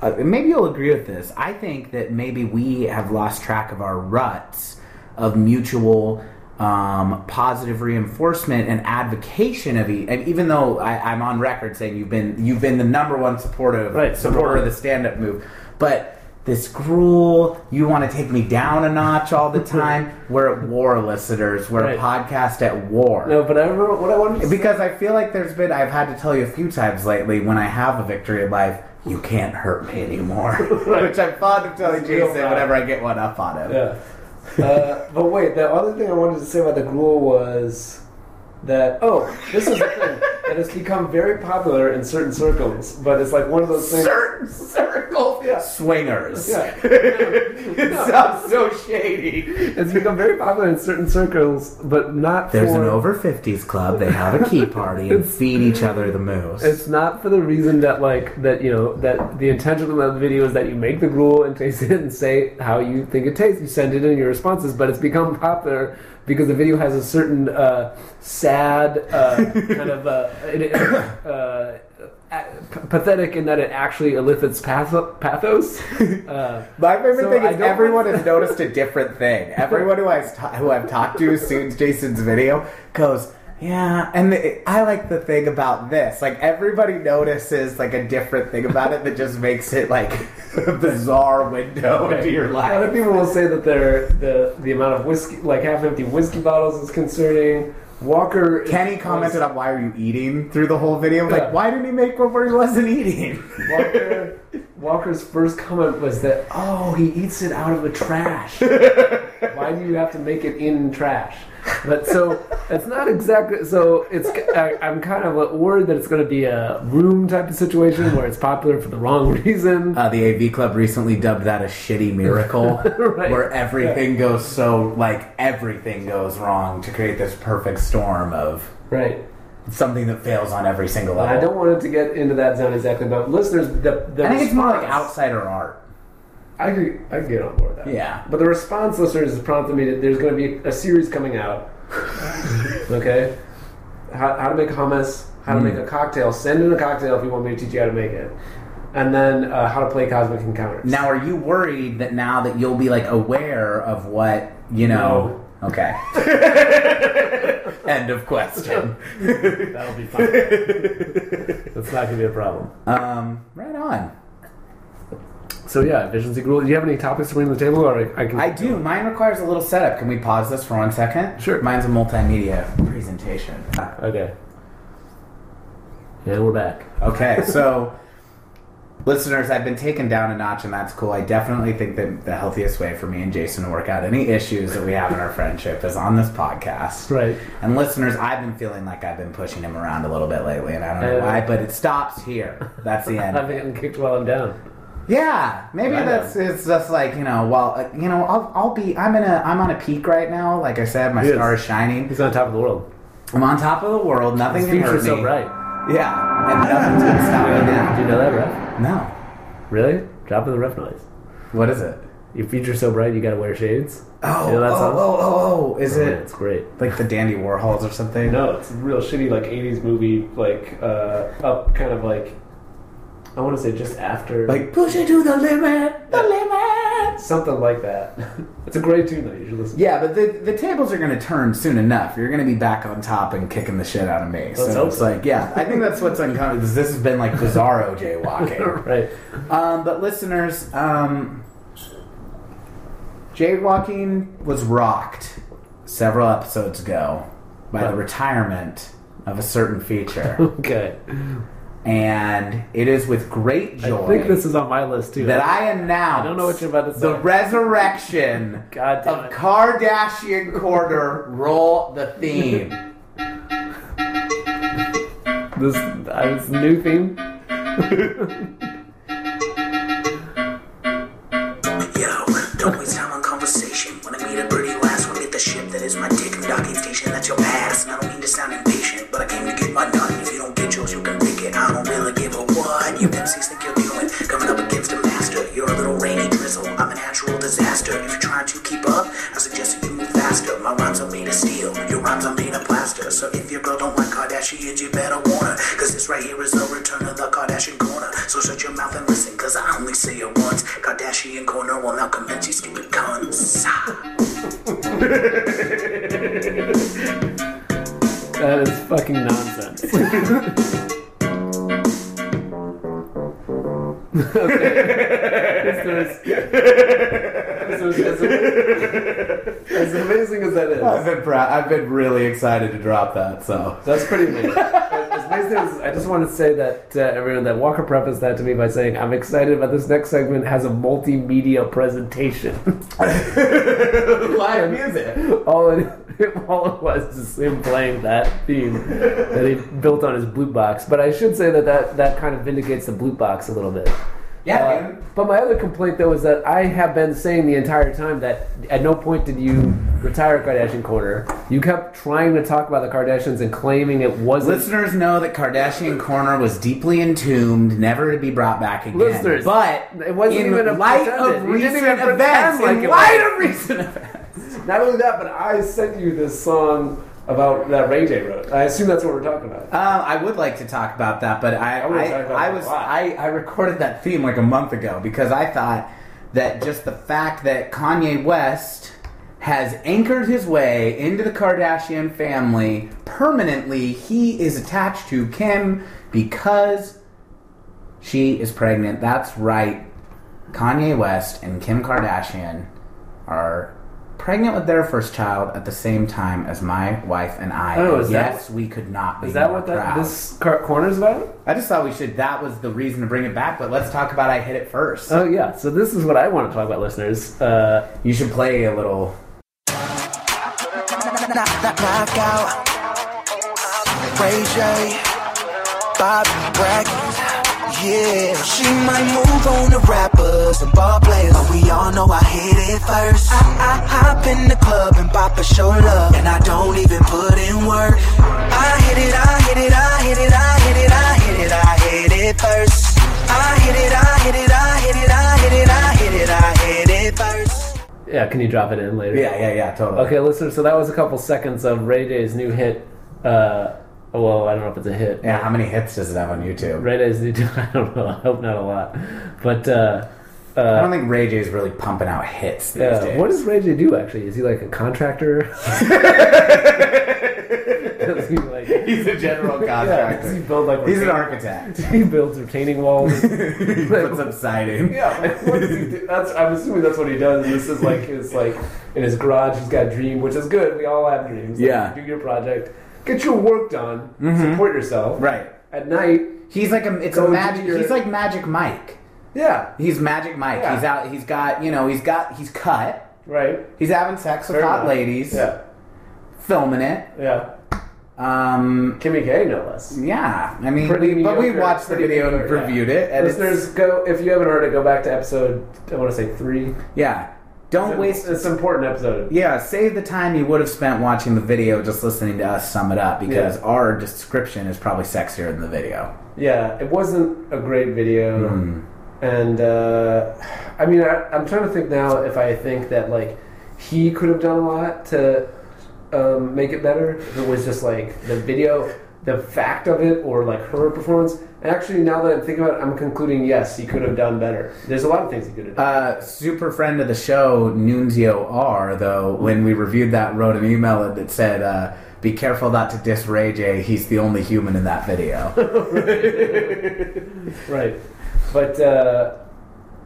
Speaker 5: uh, maybe you'll agree with this i think that maybe we have lost track of our ruts of mutual um, positive reinforcement and advocation of e- and even though I, i'm on record saying you've been you've been the number one supportive
Speaker 6: Right,
Speaker 5: supporter of the stand-up move but this gruel you want to take me down a notch all the time we're at war listeners we're a
Speaker 6: Right.
Speaker 5: podcast at war
Speaker 6: No, but I remember what I wanted to say.
Speaker 5: because I feel like there's been, I've had to tell you a few times lately when I have a victory in life, you can't hurt me anymore. Which I'm fond of telling
Speaker 6: real
Speaker 5: Jason
Speaker 6: bad.
Speaker 5: whenever I get one up on him.
Speaker 6: Yeah. Uh, but wait, the other thing I wanted to say about the gruel was that oh, this is a thing that has become very popular in certain circles, but it's like one of those things.
Speaker 5: Certain circle
Speaker 6: Yeah.
Speaker 5: swingers.
Speaker 6: Yeah.
Speaker 5: it sounds so shady.
Speaker 6: It's become very popular in certain circles, but not
Speaker 5: There's
Speaker 6: for
Speaker 5: an over 50s club. They have a key party and feed each other the moose.
Speaker 6: It's not for the reason that like that you know that the intention of the video is that you make the gruel and taste it and say how you think it tastes. You send it in your responses, but it's become popular because the video has a certain uh, sad uh, kind of uh, it, uh, uh, pathetic in that it actually elicits patho- pathos. Uh,
Speaker 5: My favorite
Speaker 6: So
Speaker 5: thing
Speaker 6: I
Speaker 5: is
Speaker 6: don't-
Speaker 5: everyone has noticed a different thing. Everyone who I've, ta- who I've talked to since Jason's video goes, yeah, and the, I like the thing about this. Like everybody notices like a different thing about it that just makes it like a bizarre window into your
Speaker 6: Other
Speaker 5: life.
Speaker 6: people will say that their the the amount of whiskey, like half empty whiskey bottles, is concerning. Walker
Speaker 5: Kenny commented on why are you eating through the whole video? Like,
Speaker 6: Yeah.
Speaker 5: why didn't he make one where he wasn't eating?
Speaker 6: Walker, Walker's first comment was that, oh, he eats it out of the trash. Why do you have to make it in trash? But so it's not exactly. So it's I, I'm kind of worried that it's going to be a room type of situation where it's popular for the wrong reason.
Speaker 5: Uh, the AV Club recently dubbed that a shitty miracle,
Speaker 6: Right.
Speaker 5: where everything goes so like everything goes wrong to create this perfect storm of
Speaker 6: right.
Speaker 5: something that fails on every single
Speaker 6: I
Speaker 5: level.
Speaker 6: don't want it to get into that zone exactly, but listeners, the, the
Speaker 5: I think it's more like
Speaker 6: response-
Speaker 5: outsider art.
Speaker 6: I could, I could get on board with that.
Speaker 5: Yeah.
Speaker 6: But the response listeners has prompted me that there's going to be a series coming out. okay? How, how to make hummus, how to make
Speaker 5: Mm.
Speaker 6: a cocktail. Send in a cocktail if you want me to teach you how to make it. And then uh, how to play Cosmic Encounters.
Speaker 5: Now, are you worried that now that you'll be like aware of what you know?
Speaker 6: No.
Speaker 5: Okay. End of question.
Speaker 6: That'll be fine. That's not gonna be a problem.
Speaker 5: Um, right on.
Speaker 6: So yeah, efficiency rule. Do you have any topics to bring to the table, or I, I can?
Speaker 5: I do. Mine requires a little setup. Can we pause this for one second?
Speaker 6: Sure.
Speaker 5: Mine's a multimedia presentation. Uh,
Speaker 6: Okay. Yeah, we're back.
Speaker 5: Okay, so listeners, I've been taken down a notch, and that's cool. I definitely think that the healthiest way for me and Jason to work out any issues that we have in our friendship is on this podcast.
Speaker 6: Right.
Speaker 5: And listeners, I've been feeling like I've been pushing him around a little bit lately, and I don't know
Speaker 6: Uh,
Speaker 5: why, but it stops here. That's the end.
Speaker 6: I'm getting kicked while I'm down.
Speaker 5: Yeah, maybe
Speaker 6: I know.
Speaker 5: that's it's just like you know. Well, uh, you know, I'll, I'll be I'm in a I'm on a peak right now. Like I said, my
Speaker 6: Yes.
Speaker 5: star is shining.
Speaker 6: He's on top of the world.
Speaker 5: I'm on top of the world. Nothing
Speaker 6: His
Speaker 5: can hurt
Speaker 6: future's
Speaker 5: me.
Speaker 6: so bright.
Speaker 5: Yeah, and nothing's gonna stop me
Speaker 6: Do
Speaker 5: now.
Speaker 6: you know that, ref?
Speaker 5: No,
Speaker 6: Really? Drop of the ref noise.
Speaker 5: what is it?
Speaker 6: Your future's so bright, you gotta wear shades.
Speaker 5: Oh,
Speaker 6: You know that
Speaker 5: oh,
Speaker 6: song?
Speaker 5: oh, oh, oh, is
Speaker 6: Yeah,
Speaker 5: it
Speaker 6: it's great.
Speaker 5: like the Dandy Warhols or something?
Speaker 6: No, it's a real shitty like '80s movie, like uh, up kind of like I want to say just after,
Speaker 5: Like push it to the limit, the limit.
Speaker 6: something like that. it's a great tune though. You should listen.
Speaker 5: Yeah, but the the tables are gonna turn soon enough. You're gonna be back on top and kicking the shit out of me.
Speaker 6: Let's
Speaker 5: so
Speaker 6: hope
Speaker 5: it's
Speaker 6: so.
Speaker 5: like, yeah, I think that's what's uncommon. is This has been like bizarro jaywalking.
Speaker 6: Right.
Speaker 5: Um, but listeners, um, jaywalking was rocked several episodes ago by the retirement of a certain feature,
Speaker 6: Okay.
Speaker 5: and it is with great joy
Speaker 6: I think this is on my list too.
Speaker 5: that I announce
Speaker 6: I don't know what you're about to
Speaker 5: the
Speaker 6: say.
Speaker 5: resurrection
Speaker 6: God damn
Speaker 5: of
Speaker 6: it.
Speaker 5: Kardashian Quarter. roll the theme.
Speaker 6: this uh, this new theme.
Speaker 8: Yo, don't waste time on conversation. Wanna meet a pretty last one, get the ship that is my dick in the docking station. That's your pass, and I don't mean to sound impatient, but I came to get my nut. If you don't get yours, you can pick it. I don't really give a what you MCs think you're doing. Coming up against a master, you're a little rainy drizzle. I'm a natural disaster. If you're trying to keep up, I suggest that you move faster. My rhymes are made of steel, your rhymes are made of plaster. So if your girl don't like Kardashians, you better warn her. Cause this right here is the return of the Kardashian corner. So shut your mouth and listen, cause I only say it once. Kardashian corner will now commence, you stupid cunts.
Speaker 6: That is fucking nonsense. okay. This is- this is- as, as amazing as that
Speaker 5: I've
Speaker 6: is,
Speaker 5: been proud. I've been really excited to drop that. So
Speaker 6: that's pretty amazing. As amazing as, I just want to say that uh, everyone that Walker prefaced that to me by saying, "I'm excited about this next segment has a multimedia presentation."
Speaker 5: live music.
Speaker 6: all it, all it was is him playing that theme that he built on his blue box. But I should say that that, that kind of vindicates the blue box a little bit.
Speaker 5: Yeah,
Speaker 6: Uh,
Speaker 5: dude.
Speaker 6: but my other complaint though is that I have been saying the entire time that at no point did you retire Kardashian Corner. You kept trying to talk about the Kardashians and claiming it wasn't.
Speaker 5: Listeners know that Kardashian Corner was deeply entombed, never to be brought back again.
Speaker 6: Listeners,
Speaker 5: but
Speaker 6: it wasn't
Speaker 5: in
Speaker 6: even a
Speaker 5: light
Speaker 6: pretended.
Speaker 5: of
Speaker 6: You didn't
Speaker 5: recent
Speaker 6: even pretend
Speaker 5: events,
Speaker 6: like
Speaker 5: in
Speaker 6: it
Speaker 5: light
Speaker 6: was.
Speaker 5: of recent events,
Speaker 6: Not only that, but I sent you this song about that Ray J wrote. I assume that's what we're talking about.
Speaker 5: um, I would like to talk about that. But I,
Speaker 6: would
Speaker 5: I,
Speaker 6: talk about
Speaker 5: I
Speaker 6: that a
Speaker 5: was,
Speaker 6: lot.
Speaker 5: I, I recorded that theme like a month ago because I thought that just the fact that Kanye West has anchored his way into the Kardashian family permanently, he is attached to Kim because She is pregnant. That's right. Kanye West and Kim Kardashian are pregnant with their first child at the same time as my wife and I.
Speaker 6: Oh,
Speaker 5: And
Speaker 6: is that-
Speaker 5: yes, we could not be
Speaker 6: Is that
Speaker 5: more
Speaker 6: what that,
Speaker 5: proud.
Speaker 6: this car- corner's about?
Speaker 5: I just thought we should. That was the reason to bring it back. But let's talk about I hit it first.
Speaker 6: Oh yeah, so this is what I want to talk about, listeners. Uh,
Speaker 5: you should play a little.
Speaker 9: Knockout. Ray J. Bobby Brackett. Yeah, she might move on to rappers and ball players, but we all know I hit it first. I, I hop in the club and pop a show love, and I don't even put in work. I hit it, I hit it, I hit it, I hit it, I hit it, I hit it first. I hit it, I hit it, I hit it, I hit it, I hit it, I hit it first.
Speaker 6: yeah, can you drop it in later?
Speaker 5: Yeah, yeah, yeah, totally.
Speaker 6: Okay, listeners. So that was a couple seconds of Ray J's new hit. Uh, well, I don't know if it's a hit.
Speaker 5: Yeah, how many hits does it have on YouTube?
Speaker 6: Ray J's new. I don't know. I hope not a lot. But uh,
Speaker 5: I don't think Ray J is really pumping out hits these
Speaker 6: Uh,
Speaker 5: days.
Speaker 6: what does Ray J do actually? Is he like a contractor? Does he like?
Speaker 5: He's a general
Speaker 6: Yeah, does he
Speaker 5: contractor.
Speaker 6: build like?
Speaker 5: He's an
Speaker 6: retaining-
Speaker 5: architect.
Speaker 6: He builds retaining walls.
Speaker 5: he puts up siding.
Speaker 6: yeah, like, what does he do? That's I'm assuming that's what he does. This is like his like in his garage. He's got a dream, which is good. We all have dreams. Like,
Speaker 5: Yeah. Mm-hmm.
Speaker 6: do your project, get your work done, support yourself.
Speaker 5: Right.
Speaker 6: At night,
Speaker 5: He's like a. It's
Speaker 6: Go
Speaker 5: a
Speaker 6: do
Speaker 5: magic.
Speaker 6: your-
Speaker 5: He's like Magic Mike.
Speaker 6: yeah,
Speaker 5: He's Magic Mike.
Speaker 6: Yeah.
Speaker 5: He's out. He's got. You know. He's got. He's cut.
Speaker 6: right.
Speaker 5: He's having sex with
Speaker 6: Fair
Speaker 5: hot
Speaker 6: enough.
Speaker 5: ladies.
Speaker 6: Yeah,
Speaker 5: Filming it.
Speaker 6: yeah.
Speaker 5: Um.
Speaker 6: Kimmy K, no less.
Speaker 5: Yeah. I mean,
Speaker 6: Pretty
Speaker 5: we, but we
Speaker 6: mediocre,
Speaker 5: watched the
Speaker 6: pretty
Speaker 5: video and
Speaker 6: mediocre, yeah.
Speaker 5: reviewed it. And
Speaker 6: Listeners,
Speaker 5: it's,
Speaker 6: go if you haven't heard it, go back to episode. I want to say three.
Speaker 5: yeah. Don't waste.
Speaker 6: It's an important episode.
Speaker 5: Yeah, save the time you would have spent watching the video just listening to us sum it up because
Speaker 6: Yeah.
Speaker 5: our description is probably sexier than the video.
Speaker 6: Yeah, it wasn't a great video, and uh, I mean, I, I'm trying to think now if I think that like he could have done a lot to um, make it better. If it was just like the video, the fact of it, or like her performance. And actually, now that I'm thinking about it, I'm concluding yes, he could have done better. There's a lot of things he could have done.
Speaker 5: Uh, super friend of the show, Nunzio R, though, when we reviewed that, wrote an email that said, uh, Be careful not to diss Ray J. He's the only human in that video.
Speaker 6: Right. But uh,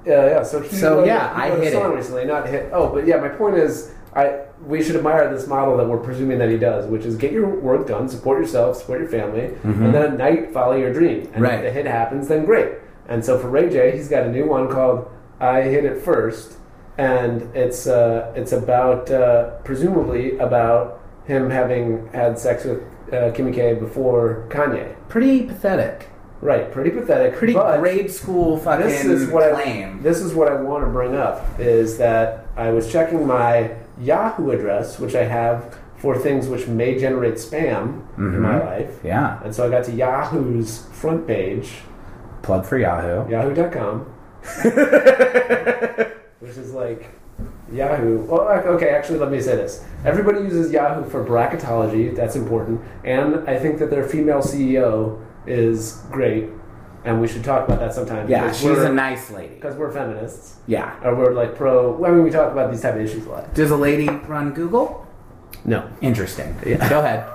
Speaker 6: yeah, yeah. So he
Speaker 5: So,
Speaker 6: wrote-
Speaker 5: yeah,
Speaker 6: he
Speaker 5: I
Speaker 6: wrote a
Speaker 5: hit
Speaker 6: song
Speaker 5: it.
Speaker 6: recently, not hit. Oh, but yeah, my point is, I we should admire this model that we're presuming that he does, which is get your work done, support yourself, support your family, and then at night follow your dream. And
Speaker 5: Mm-hmm. Right.
Speaker 6: if the hit happens, then great. And so for Ray J, he's got a new one called "I Hit It First, and it's uh, it's about uh, presumably about him having had sex with uh, Kimmy K before Kanye.
Speaker 5: Pretty pathetic.
Speaker 6: Right, pretty pathetic.
Speaker 5: Pretty
Speaker 6: but-
Speaker 5: grade school fucking
Speaker 6: this is what I,
Speaker 5: claim.
Speaker 6: this is what I want to bring up is that I was checking my Yahoo address, which I have for things which may generate spam in my life.
Speaker 5: Mm-hmm. yeah.
Speaker 6: And so I got to Yahoo's front page,
Speaker 5: Plug for Yahoo.
Speaker 6: yahoo.com, which is like Yahoo. Oh, ac- okay, actually, let me say this. Everybody uses Yahoo for bracketology, that's important. And I think that their female CEO is great, and we should talk about that sometime.
Speaker 5: Yeah,
Speaker 6: because
Speaker 5: she's
Speaker 6: we're-
Speaker 5: a nice lady.
Speaker 6: because we're feminists
Speaker 5: Yeah.
Speaker 6: or we're like pro. well, I mean, we talk about these type of issues a lot.
Speaker 5: Does a lady run Google?
Speaker 6: No,
Speaker 5: Interesting. Go ahead.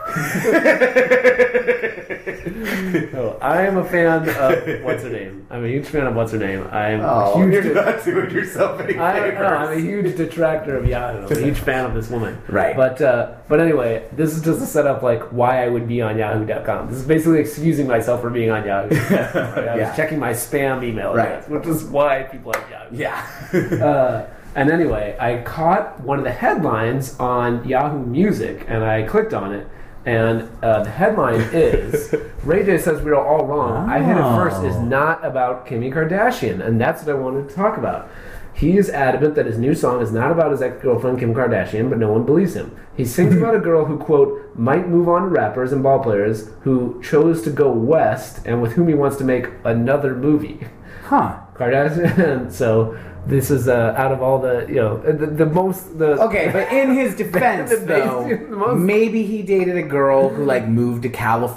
Speaker 6: I am a fan of what's her name. I'm a huge fan of what's her name. I'm
Speaker 5: Oh,
Speaker 6: a huge.
Speaker 5: you're not doing yourself any
Speaker 6: I don't know. I'm a
Speaker 5: favors.
Speaker 6: huge detractor of Yahoo. I'm a huge fan of this woman.
Speaker 5: Right.
Speaker 6: But uh, but anyway, this is just to set up like why I would be on Yahoo.com. This is basically excusing myself for being on Yahoo. I was
Speaker 5: Yeah.
Speaker 6: checking my spam email
Speaker 5: Right.
Speaker 6: address, which is why people like Yahoo.
Speaker 5: Yeah.
Speaker 6: Uh, and anyway, I caught one of the headlines on Yahoo Music, and I clicked on it. And uh, the headline is Ray J says we are all wrong. I hit it first is not about Kimmy Kardashian, and that's what I wanted to talk about. He is adamant that his new song is not about his ex girlfriend Kim Kardashian, but no one believes him. He sings about a girl who, quote, might move on to rappers and ballplayers who chose to go west and with whom he wants to make another movie.
Speaker 5: huh.
Speaker 6: Kardashian. so this is uh, out of all the you know the, the most the
Speaker 5: Okay, but in his defense,
Speaker 6: The basic- the
Speaker 5: though,
Speaker 6: most-
Speaker 5: maybe he dated a girl who like moved to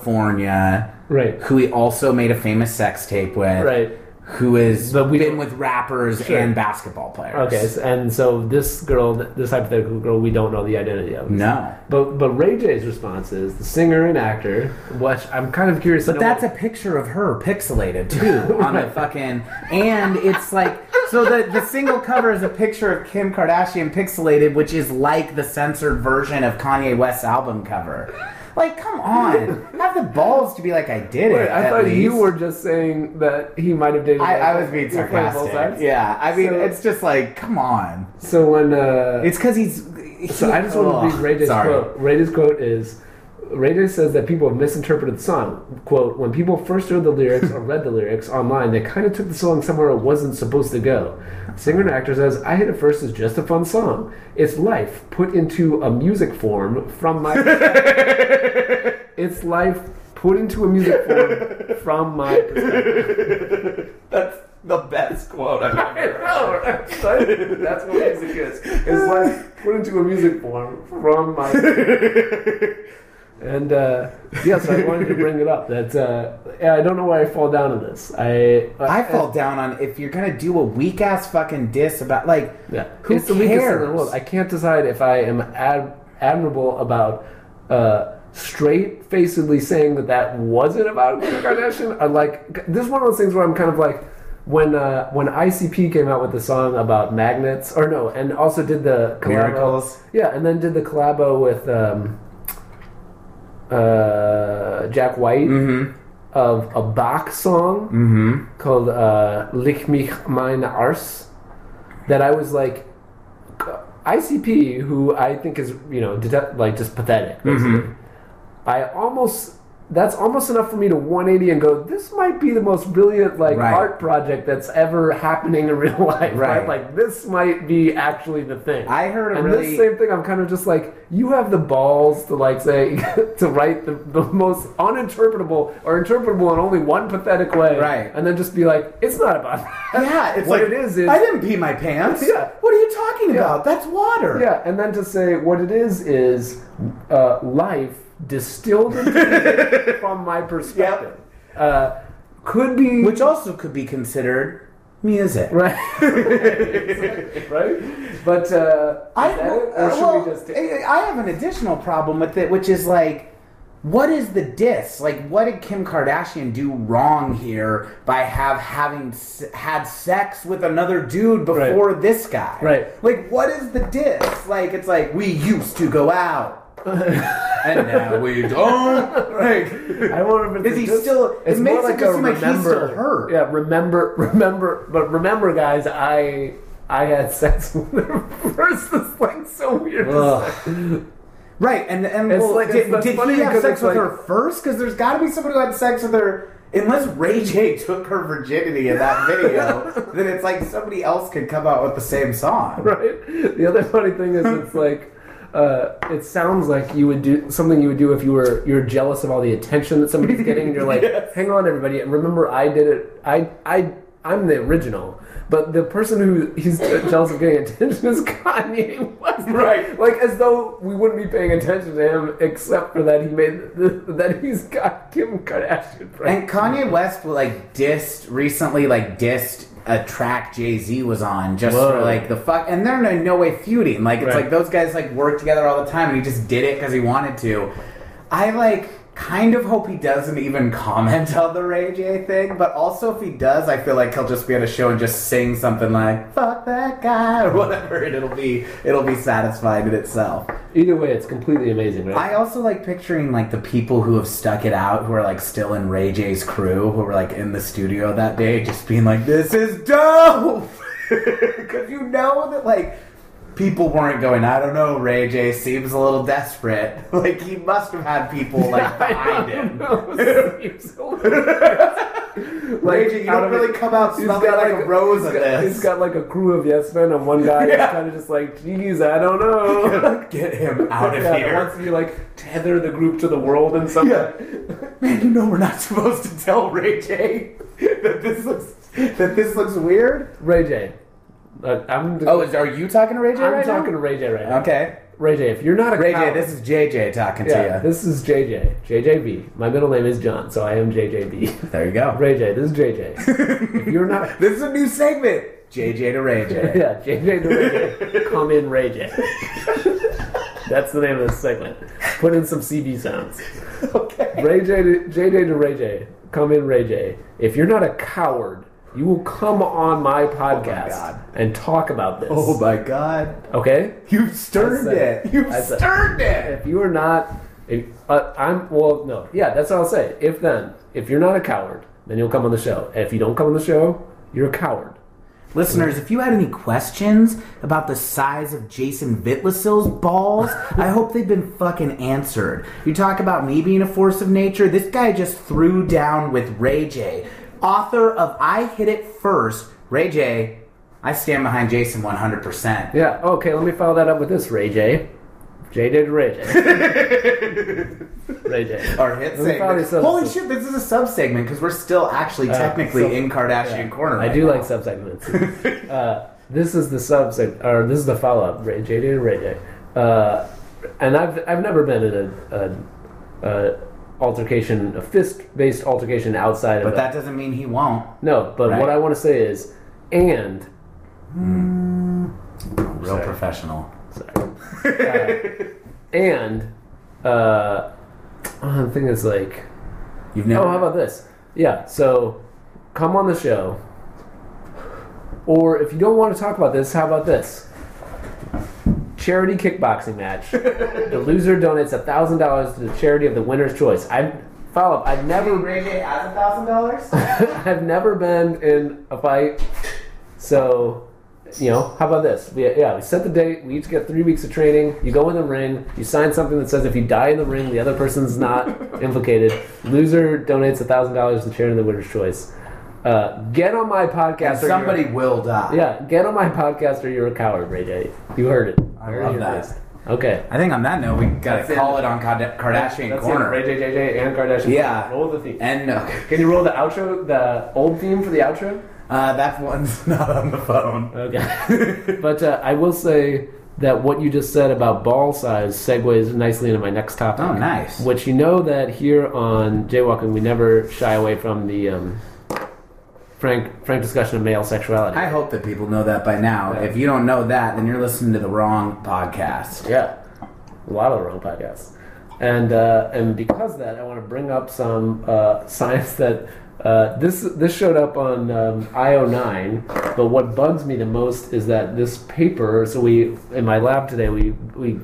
Speaker 5: California,
Speaker 6: right
Speaker 5: who he also made a famous sex tape with,
Speaker 6: right
Speaker 5: Who has
Speaker 6: But we
Speaker 5: been
Speaker 6: don't-
Speaker 5: with rappers
Speaker 6: Sure.
Speaker 5: and basketball players?
Speaker 6: okay so- and so this girl this hypothetical girl we don't know the identity of
Speaker 5: no,
Speaker 6: but but Ray J's response is the singer and actor which I'm kind of curious
Speaker 5: but that's a picture of her pixelated too on the fucking, and it's like so the the single cover is a picture of Kim Kardashian pixelated, which is like the censored version of Kanye West's album cover. Like, come on, have the balls to be like I did it.
Speaker 6: I
Speaker 5: at
Speaker 6: thought you
Speaker 5: least.
Speaker 6: were just saying that he might have dated
Speaker 5: I, I was being sarcastic. Yeah, I mean,
Speaker 6: So-
Speaker 5: it's just like, come on.
Speaker 6: so when uh,
Speaker 5: It's because he's.
Speaker 6: So I just
Speaker 5: Oh,
Speaker 6: want to read Ray J's quote. Ray J's quote is Ray J says that people have misinterpreted the song. Quote, when people first heard the lyrics or read the lyrics online, they kind of took the song somewhere it wasn't supposed to go. Singer and actor says, I hit it first is just a fun song. It's life put into a music form from my It's life put into a music form from my perspective.
Speaker 2: That's the best quote I've ever
Speaker 6: That's what music is. It's life put into a music form from my perspective. And uh, yeah, so I wanted to bring it up. That uh, yeah, I don't know why I fall down to this. I uh,
Speaker 5: I fall down on if you're gonna do a weak ass fucking diss about like
Speaker 6: Yeah.
Speaker 5: who cares?
Speaker 6: it's the weakest thing in the world. I can't decide if I am ad- admirable about uh, straight facedly saying that that wasn't about Kim Kardashian. I like this is one of those things where I'm kind of like when uh, when ICP came out with the song about magnets or no, and also did the collabo-
Speaker 5: Miracles.
Speaker 6: Yeah, and then did the collabo with um, uh, Jack White.
Speaker 5: Mm-hmm.
Speaker 6: Of a Bach song called uh, "Lick mich mein Arse," that I was like, ICP, who I think is you know detect, like just pathetic.
Speaker 5: Mm-hmm.
Speaker 6: basically. I almost that's almost enough for me to 180 and go. This might be the most brilliant like
Speaker 5: Right.
Speaker 6: art project that's ever happening in real life.
Speaker 5: Right.
Speaker 6: like this might be actually the thing.
Speaker 5: I heard a
Speaker 6: and
Speaker 5: really-
Speaker 6: this same thing. I'm kind of just like you have the balls to like say to write the, the most uninterpretable or interpretable in only one pathetic way,
Speaker 5: Right.
Speaker 6: And then just be like, it's not about that.
Speaker 5: Yeah, it's
Speaker 6: what
Speaker 5: like
Speaker 6: it is is
Speaker 5: I didn't pee my pants.
Speaker 6: Yeah.
Speaker 5: What are you talking about? That's water.
Speaker 6: Yeah, and then to say what it is is uh, life distilled into music from my perspective. Uh, could be
Speaker 5: Which also could be considered music.
Speaker 6: right, right, but uh,
Speaker 5: I,
Speaker 6: is that it? or should
Speaker 5: well, eh,
Speaker 6: we just
Speaker 5: I I have an additional problem with it, which is like, what is the diss? Like, what did Kim Kardashian do wrong here by have having s- had sex with another dude before this guy?
Speaker 6: Right.
Speaker 5: Like, what is the diss? Like, it's like we used to go out, eh. and now we don't. Like,
Speaker 6: I wonder if it's
Speaker 5: Is he
Speaker 6: just-
Speaker 5: still- it
Speaker 6: It's
Speaker 5: makes
Speaker 6: more
Speaker 5: it
Speaker 6: like
Speaker 5: just
Speaker 6: a
Speaker 5: seem like he's
Speaker 6: remember.
Speaker 5: still hurt.
Speaker 6: Yeah, remember, remember, but remember, guys, I I had sex with her first. It's like so weird. to
Speaker 5: Ugh.
Speaker 6: say.
Speaker 5: right? And and
Speaker 6: It's
Speaker 5: well,
Speaker 6: like-
Speaker 5: did,
Speaker 6: it's- that's
Speaker 5: did
Speaker 6: funny
Speaker 5: he have
Speaker 6: because
Speaker 5: sex
Speaker 6: it's
Speaker 5: with
Speaker 6: like-
Speaker 5: her first? Because there's got to be someone who had sex with her. Unless Ray J took her virginity in that video, then it's like somebody else could come out with the same song.
Speaker 6: right? The other funny thing is, it's like uh, it sounds like you would do something you would do if you were you're jealous of all the attention that somebody's getting, and you're like, "Hang on, everybody, and remember, I did it. I I I'm the original." But the person who he's jealous of getting attention is Kanye West,
Speaker 5: Right.
Speaker 6: Like as though we wouldn't be paying attention to him, except for that he made the, that he's got Kim Kardashian pregnant.
Speaker 5: And Kanye West like dissed recently, like dissed a track Jay Z was on just for
Speaker 6: Whoa.
Speaker 5: like the fuck. And they're in no way feuding. Like it's
Speaker 6: Right.
Speaker 5: like those guys like work together all the time, and he just did it because he wanted to. I like kind of hope he doesn't even comment on the Ray J thing, but also if he does, I feel like he'll just be at a show and just sing something like "fuck that guy" or whatever, and it'll be it'll be satisfied in itself.
Speaker 6: Either way, it's completely amazing, right?
Speaker 5: I also like picturing like the people who have stuck it out, who are like still in Ray J's crew, who were like in the studio that day, just being like, "This is dope," because you know that like people weren't going. I don't know. Ray J seems a little desperate. Like he must have had people like behind him. Ray J, you
Speaker 6: out
Speaker 5: don't
Speaker 6: of
Speaker 5: really
Speaker 6: it-
Speaker 5: come out
Speaker 6: he's
Speaker 5: smelling like a rose
Speaker 6: he's
Speaker 5: of
Speaker 6: got-
Speaker 5: this.
Speaker 6: He's got like a crew of yes men, and one guy
Speaker 5: Yeah.
Speaker 6: is kind of just like, geez, I don't know.
Speaker 5: Get him out of
Speaker 6: Yeah, Wants
Speaker 5: here.
Speaker 6: to be like tether the group to the world in some
Speaker 5: Yeah.
Speaker 6: way.
Speaker 5: Man, you know we're not supposed to tell Ray J that this looks that this looks weird.
Speaker 6: Ray J, uh, I'm
Speaker 5: Oh, is, are you talking to Ray J
Speaker 6: I'm
Speaker 5: right now?
Speaker 6: talking to Ray J right now.
Speaker 5: Okay.
Speaker 6: Ray J, if you're not a
Speaker 5: Ray J,
Speaker 6: coward-
Speaker 5: this is JJ talking
Speaker 6: yeah,
Speaker 5: to you.
Speaker 6: this is JJ, JJB. My middle name is John, so I am JJB.
Speaker 5: There you go.
Speaker 6: Ray J, this is JJ. if you're not
Speaker 5: this is a new segment. JJ to Ray J.
Speaker 6: Yeah, JJ the Ray J. Come in Ray J. That's the name of this segment. Put in some CB sounds.
Speaker 5: Okay.
Speaker 6: Ray J to, JJ to Ray J. Come in Ray J. If you're not a coward, you will come on Oh my podcast
Speaker 5: God.
Speaker 6: and talk about this.
Speaker 5: Oh my god.
Speaker 6: okay?
Speaker 5: You've stirred
Speaker 6: I said-
Speaker 5: it. You've
Speaker 6: I said-
Speaker 5: stirred it.
Speaker 6: If you are not, if, uh, I'm, well, no. Yeah, that's what I'll say. If then, if you're not a coward, then you'll come on the show. And if you don't come on the show, you're a coward.
Speaker 5: Listeners, if you had any questions about the size of Jason Vitlasill's balls, I hope they've been fucking answered. You talk about me being a force of nature. This guy just threw down with Ray J, author of I Hit It First. Ray J, I stand behind Jason 100%.
Speaker 6: Yeah. Okay. Let me follow that up with this, Ray J. J did Ray J. Ray J.
Speaker 5: Our hit
Speaker 6: Let me follow
Speaker 5: segment.
Speaker 6: this up.
Speaker 5: Holy shit, this is a sub segment because we're still actually technically
Speaker 6: Uh, so-
Speaker 5: in Kardashian Corner.
Speaker 6: I
Speaker 5: right
Speaker 6: do
Speaker 5: now.
Speaker 6: like subsegments. uh, this is the subseg, or this is the follow up. Ray J did Ray J. Uh, and I've I've never been in a, a uh, altercation, a fist-based altercation outside of
Speaker 5: But
Speaker 6: a-
Speaker 5: that doesn't mean he won't.
Speaker 6: No, but
Speaker 5: Right.
Speaker 6: what I want to say is, and
Speaker 5: Real professional.
Speaker 6: and uh, oh, the thing is like,
Speaker 5: You've never.
Speaker 6: oh, how about this? Yeah, so come on the show, or if you don't want to talk about this, how about this? Charity kickboxing match. the loser donates a thousand dollars to the charity of the winner's choice. I follow up. I've never
Speaker 5: has a thousand dollars.
Speaker 6: I've never been in a fight, so you know. How about this? We, yeah, we set the date. We each get three weeks of training. You go in the ring. You sign something that says if you die in the ring, the other person's not implicated. Loser donates a thousand dollars to charity of the winner's choice. Uh, get on my podcast. or
Speaker 5: Somebody
Speaker 6: you're-
Speaker 5: will die.
Speaker 6: yeah, get on my podcast or you're a coward, Ray J. You heard it.
Speaker 5: I
Speaker 6: Heard
Speaker 5: love
Speaker 6: it
Speaker 5: that.
Speaker 6: first. Okay.
Speaker 5: I think on that note, we gotta
Speaker 6: That's it.
Speaker 5: call it on Karda- Kardashian Corner.
Speaker 6: J, J, J, and Kardashian.
Speaker 5: Yeah.
Speaker 6: Roll the theme.
Speaker 5: And no,
Speaker 6: Can you roll the outro, the old theme for the outro?
Speaker 5: uh, that one's not on the phone.
Speaker 6: Okay. but uh, I will say that what you just said about ball size segues nicely into my next topic.
Speaker 5: Oh, nice.
Speaker 6: Which you know that here on Jaywalking, we never shy away from the um, frank frank discussion of male sexuality.
Speaker 5: I hope that people know that by now. If you don't know that, then you're listening to the wrong podcast.
Speaker 6: Yeah, a lot of the wrong podcasts, and uh, and because of that, I want to bring up some uh, science that uh, this this showed up on um, IO9. But what bugs me the most is that this paper. So we in my lab today we we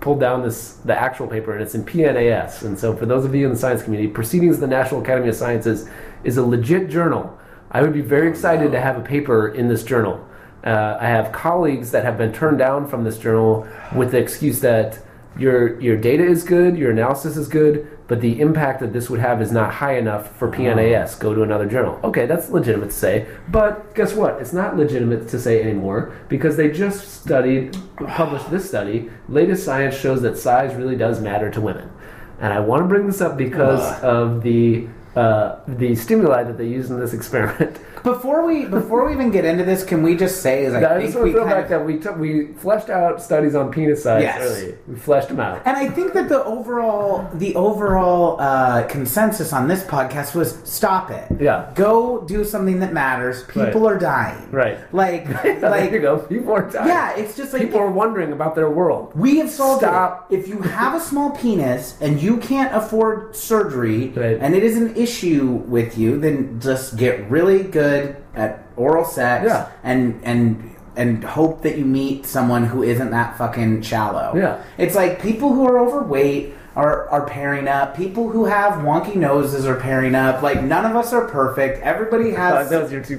Speaker 6: pulled down this the actual paper and it's in PNAS. And so for those of you in the science community, Proceedings of the National Academy of Sciences is a legit journal. I would be very excited to have a paper in this journal. Uh, I have colleagues that have been turned down from this journal with the excuse that your your data is good, your analysis is good, but the impact that this would have is not high enough for PNAS. Go to another journal. Okay, that's legitimate to say, but guess what? It's not legitimate to say anymore because they just studied, published this study. Latest science shows that size really does matter to women, and I want to bring this up because of the. Uh, the stimuli that they used in this experiment.
Speaker 5: Before we before we even get into this, can we just say is I
Speaker 6: I
Speaker 5: think
Speaker 6: just want
Speaker 5: we
Speaker 6: to throw
Speaker 5: kind
Speaker 6: back
Speaker 5: of,
Speaker 6: that we took, we fleshed out studies on penis size
Speaker 5: Yes.
Speaker 6: earlier. We fleshed them out.
Speaker 5: and I think that the overall the overall uh, consensus on this podcast was stop it.
Speaker 6: Yeah.
Speaker 5: Go do something that matters. People are dying.
Speaker 6: Right.
Speaker 5: Like like
Speaker 6: there you go. People are dying.
Speaker 5: Yeah, it's just like
Speaker 6: people are wondering about their world.
Speaker 5: We have solved
Speaker 6: Stop.
Speaker 5: it. If you have a small penis and you can't afford surgery
Speaker 6: Right.
Speaker 5: and it is an issue with you, then just get really good at oral sex
Speaker 6: Yeah.
Speaker 5: and and and hope that you meet someone who isn't that fucking shallow.
Speaker 6: Yeah.
Speaker 5: It's like people who are overweight are, are pairing up. People who have wonky noses are pairing up. Like none of us are perfect. Everybody
Speaker 6: Uh,
Speaker 5: has
Speaker 6: those are your two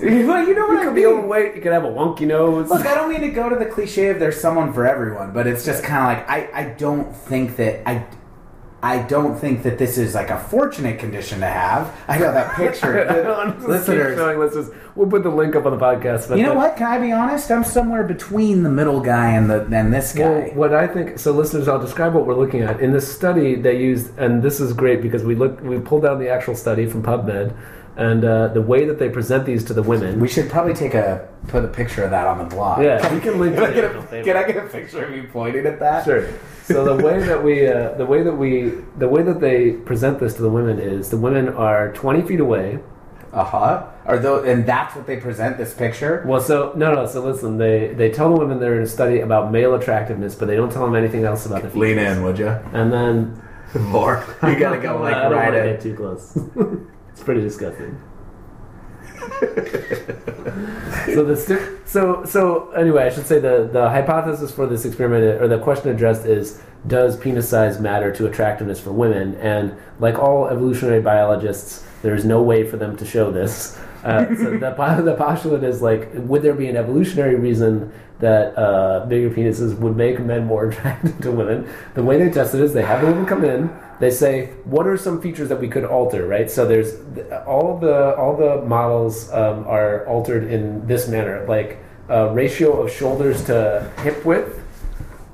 Speaker 5: Well, you know what I
Speaker 6: You could
Speaker 5: mean.
Speaker 6: be overweight. You could have a wonky nose.
Speaker 5: Look, I don't mean to go to the cliche of there's someone for everyone, but it's just kind of like I, I don't think that I I don't think that this is like a fortunate condition to have. I know that picture.
Speaker 6: I'm just keep
Speaker 5: Listeners,
Speaker 6: showing listeners. We'll put the link up on the podcast. But
Speaker 5: you know
Speaker 6: the-
Speaker 5: what? Can I be honest? I'm somewhere between the middle guy and the and this
Speaker 6: Well,
Speaker 5: guy.
Speaker 6: what I think, so listeners, I'll describe what we're looking at. In this study, they used, and this is great because we looked, we pulled down the actual study from PubMed, and uh, the way that they present these to the women.
Speaker 5: we should probably take a put a picture of that on the blog.
Speaker 6: yeah, we can link.
Speaker 5: Can I,
Speaker 6: the
Speaker 5: get
Speaker 6: actual
Speaker 5: a,
Speaker 6: paper.
Speaker 5: can I get a picture of you pointing at that?
Speaker 6: Sure. So the way that we, uh, the way that we, the way that they present this to the women is the women are 20 feet away.
Speaker 5: Uh huh. Are though, and that's what they present this picture.
Speaker 6: Well, so no, no. So listen, they they tell the women they're in a study about male attractiveness, but they don't tell them anything else about the feet.
Speaker 5: in, would you?
Speaker 6: And then
Speaker 5: More. You gotta go like
Speaker 6: I don't
Speaker 5: right
Speaker 6: want to
Speaker 5: in.
Speaker 6: get too close. it's pretty disgusting. so the sti- so so anyway, I should say the the hypothesis for this experiment or the question addressed is does penis size matter to attractiveness for women? And like all evolutionary biologists, there is no way for them to show this. Uh, so the, po- the postulate is like, would there be an evolutionary reason that uh, bigger penises would make men more attracted to women? The way they test it is they have the women come in, they say what are some features that we could alter right so there's all the all the models um, are altered in this manner like uh, ratio of shoulders to hip width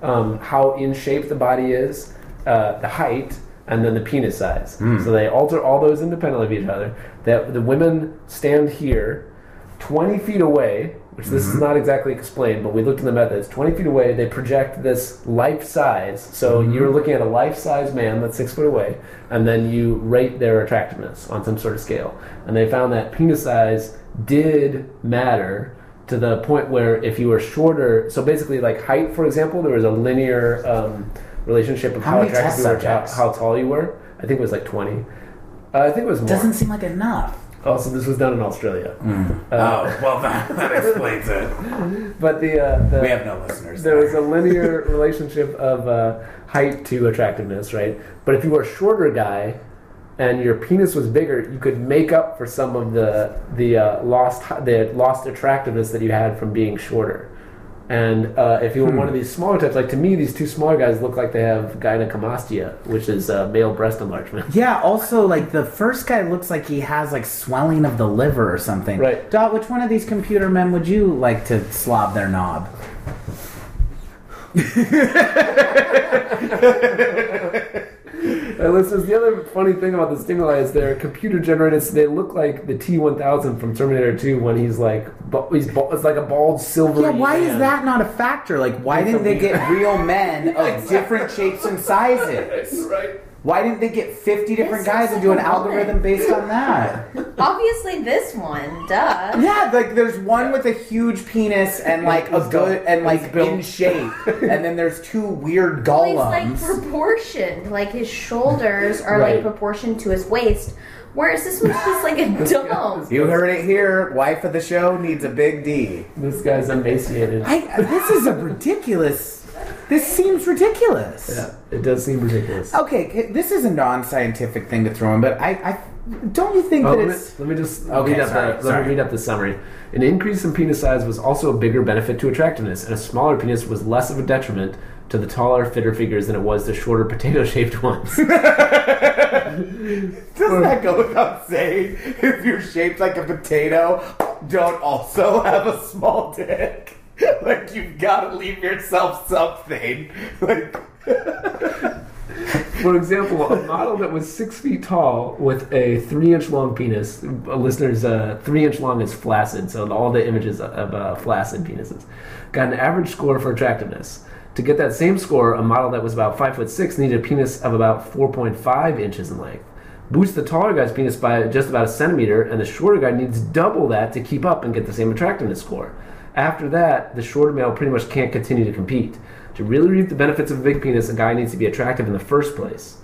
Speaker 6: um, how in shape the body is uh, the height and then the penis size so they alter all those independently of each other that the women stand here 20 feet away which this is not exactly explained, but we looked at the methods. 20 feet away, they project this life size. So you're looking at a life size man that's six foot away, and then you rate their attractiveness on some sort of scale. And they found that penis size did matter to the point where if you were shorter, so basically, like height, for example, there was a linear um, relationship of
Speaker 5: How
Speaker 6: how,
Speaker 5: many
Speaker 6: attractive
Speaker 5: test
Speaker 6: you were to how,
Speaker 5: subjects?
Speaker 6: how tall you were. I think it was like 20. Uh, I think it was more.
Speaker 5: Doesn't seem like enough.
Speaker 6: also, this was done in Australia.
Speaker 5: Oh, well, that, that explains it.
Speaker 6: But the, uh, the
Speaker 5: We have no listeners.
Speaker 6: there was a linear relationship of uh, height to attractiveness, right? But if you were a shorter guy and your penis was bigger, you could make up for some of the the uh, lost the lost attractiveness that you had from being shorter. And uh, if you were one of these smaller types, like to me, these two smaller guys look like they have gynecomastia, which is uh, male breast enlargement.
Speaker 5: Yeah, also, like, the first guy looks like he has, like, swelling of the liver or something.
Speaker 6: Right.
Speaker 5: Dot, which one of these computer men would you like to slob their knob?
Speaker 6: And this is the other funny thing about the stimuli is they're computer generated. So they look like the T one thousand from Terminator Two when he's like ba- he's ba- it's like a bald silvery.
Speaker 5: Yeah, why is
Speaker 6: man.
Speaker 5: that not a factor? Like, why didn't they get real men of different shapes and sizes?
Speaker 6: Right.
Speaker 5: Why didn't they get 50 different guys and do an algorithm based on that?
Speaker 10: Obviously, this one, duh.
Speaker 5: Yeah, like there's one with a huge penis and like a
Speaker 6: It's
Speaker 5: good
Speaker 6: built.
Speaker 5: and like
Speaker 6: It's built.
Speaker 5: in shape, and then there's two weird
Speaker 10: Well, He's
Speaker 5: golems.
Speaker 10: like proportioned. Like his shoulders are
Speaker 6: Right.
Speaker 10: like proportioned to his waist, whereas this one's just like a dome.
Speaker 5: You heard it here. Wife of the show needs a big D.
Speaker 6: This guy's emaciated.
Speaker 5: I, this is a ridiculous. This seems ridiculous.
Speaker 6: It does seem ridiculous.
Speaker 5: Okay, c- this is a non-scientific thing to throw in, but I, I don't you think
Speaker 6: Oh,
Speaker 5: that
Speaker 6: let, me,
Speaker 5: it's
Speaker 6: let me just
Speaker 5: Okay,
Speaker 6: read, up
Speaker 5: sorry,
Speaker 6: the, Let
Speaker 5: sorry.
Speaker 6: me read up the summary. An increase in penis size was also a bigger benefit to attractiveness, and a smaller penis was less of a detriment to the taller, fitter figures than it was to shorter, potato-shaped ones.
Speaker 5: doesn't that go without saying? If you're shaped like a potato, don't also have a small dick. Like you've got to leave yourself something. Like.
Speaker 6: For example, a model that was six feet tall with a three-inch long penis. uh, Listeners, uh, three-inch long is flaccid, so all the images of uh, flaccid penises got an average score for attractiveness. To get that same score, a model that was about five foot six needed a penis of about four point five inches in length. Boost the taller guy's penis by just about a centimeter, and the shorter guy needs double that to keep up and get the same attractiveness score. After that, the shorter male pretty much can't continue to compete. To really reap the benefits of a big penis, a guy needs to be attractive in the first place.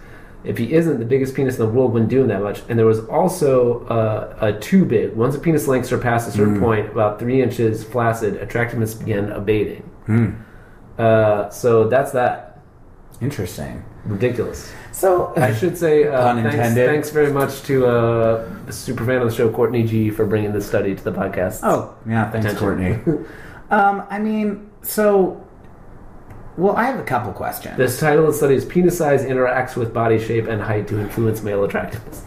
Speaker 6: If he isn't, the biggest penis in the world wouldn't do him that much. And there was also uh, a too big. Once a penis length surpassed a certain point, about three inches flaccid, attractiveness began abating. Uh, so that's that.
Speaker 5: Interesting.
Speaker 6: Ridiculous.
Speaker 5: So
Speaker 6: I should say uh,
Speaker 5: Pun
Speaker 6: thanks,
Speaker 5: intended.
Speaker 6: thanks very much to uh, super fan of the show, Courtney G, for bringing this study to the podcast.
Speaker 5: Oh, yeah, thanks,
Speaker 6: Attention.
Speaker 5: Courtney. um, I mean, so, well, I have a couple questions.
Speaker 6: This title of the study is Penis Size Interacts with Body Shape and Height to Influence Male Attractiveness.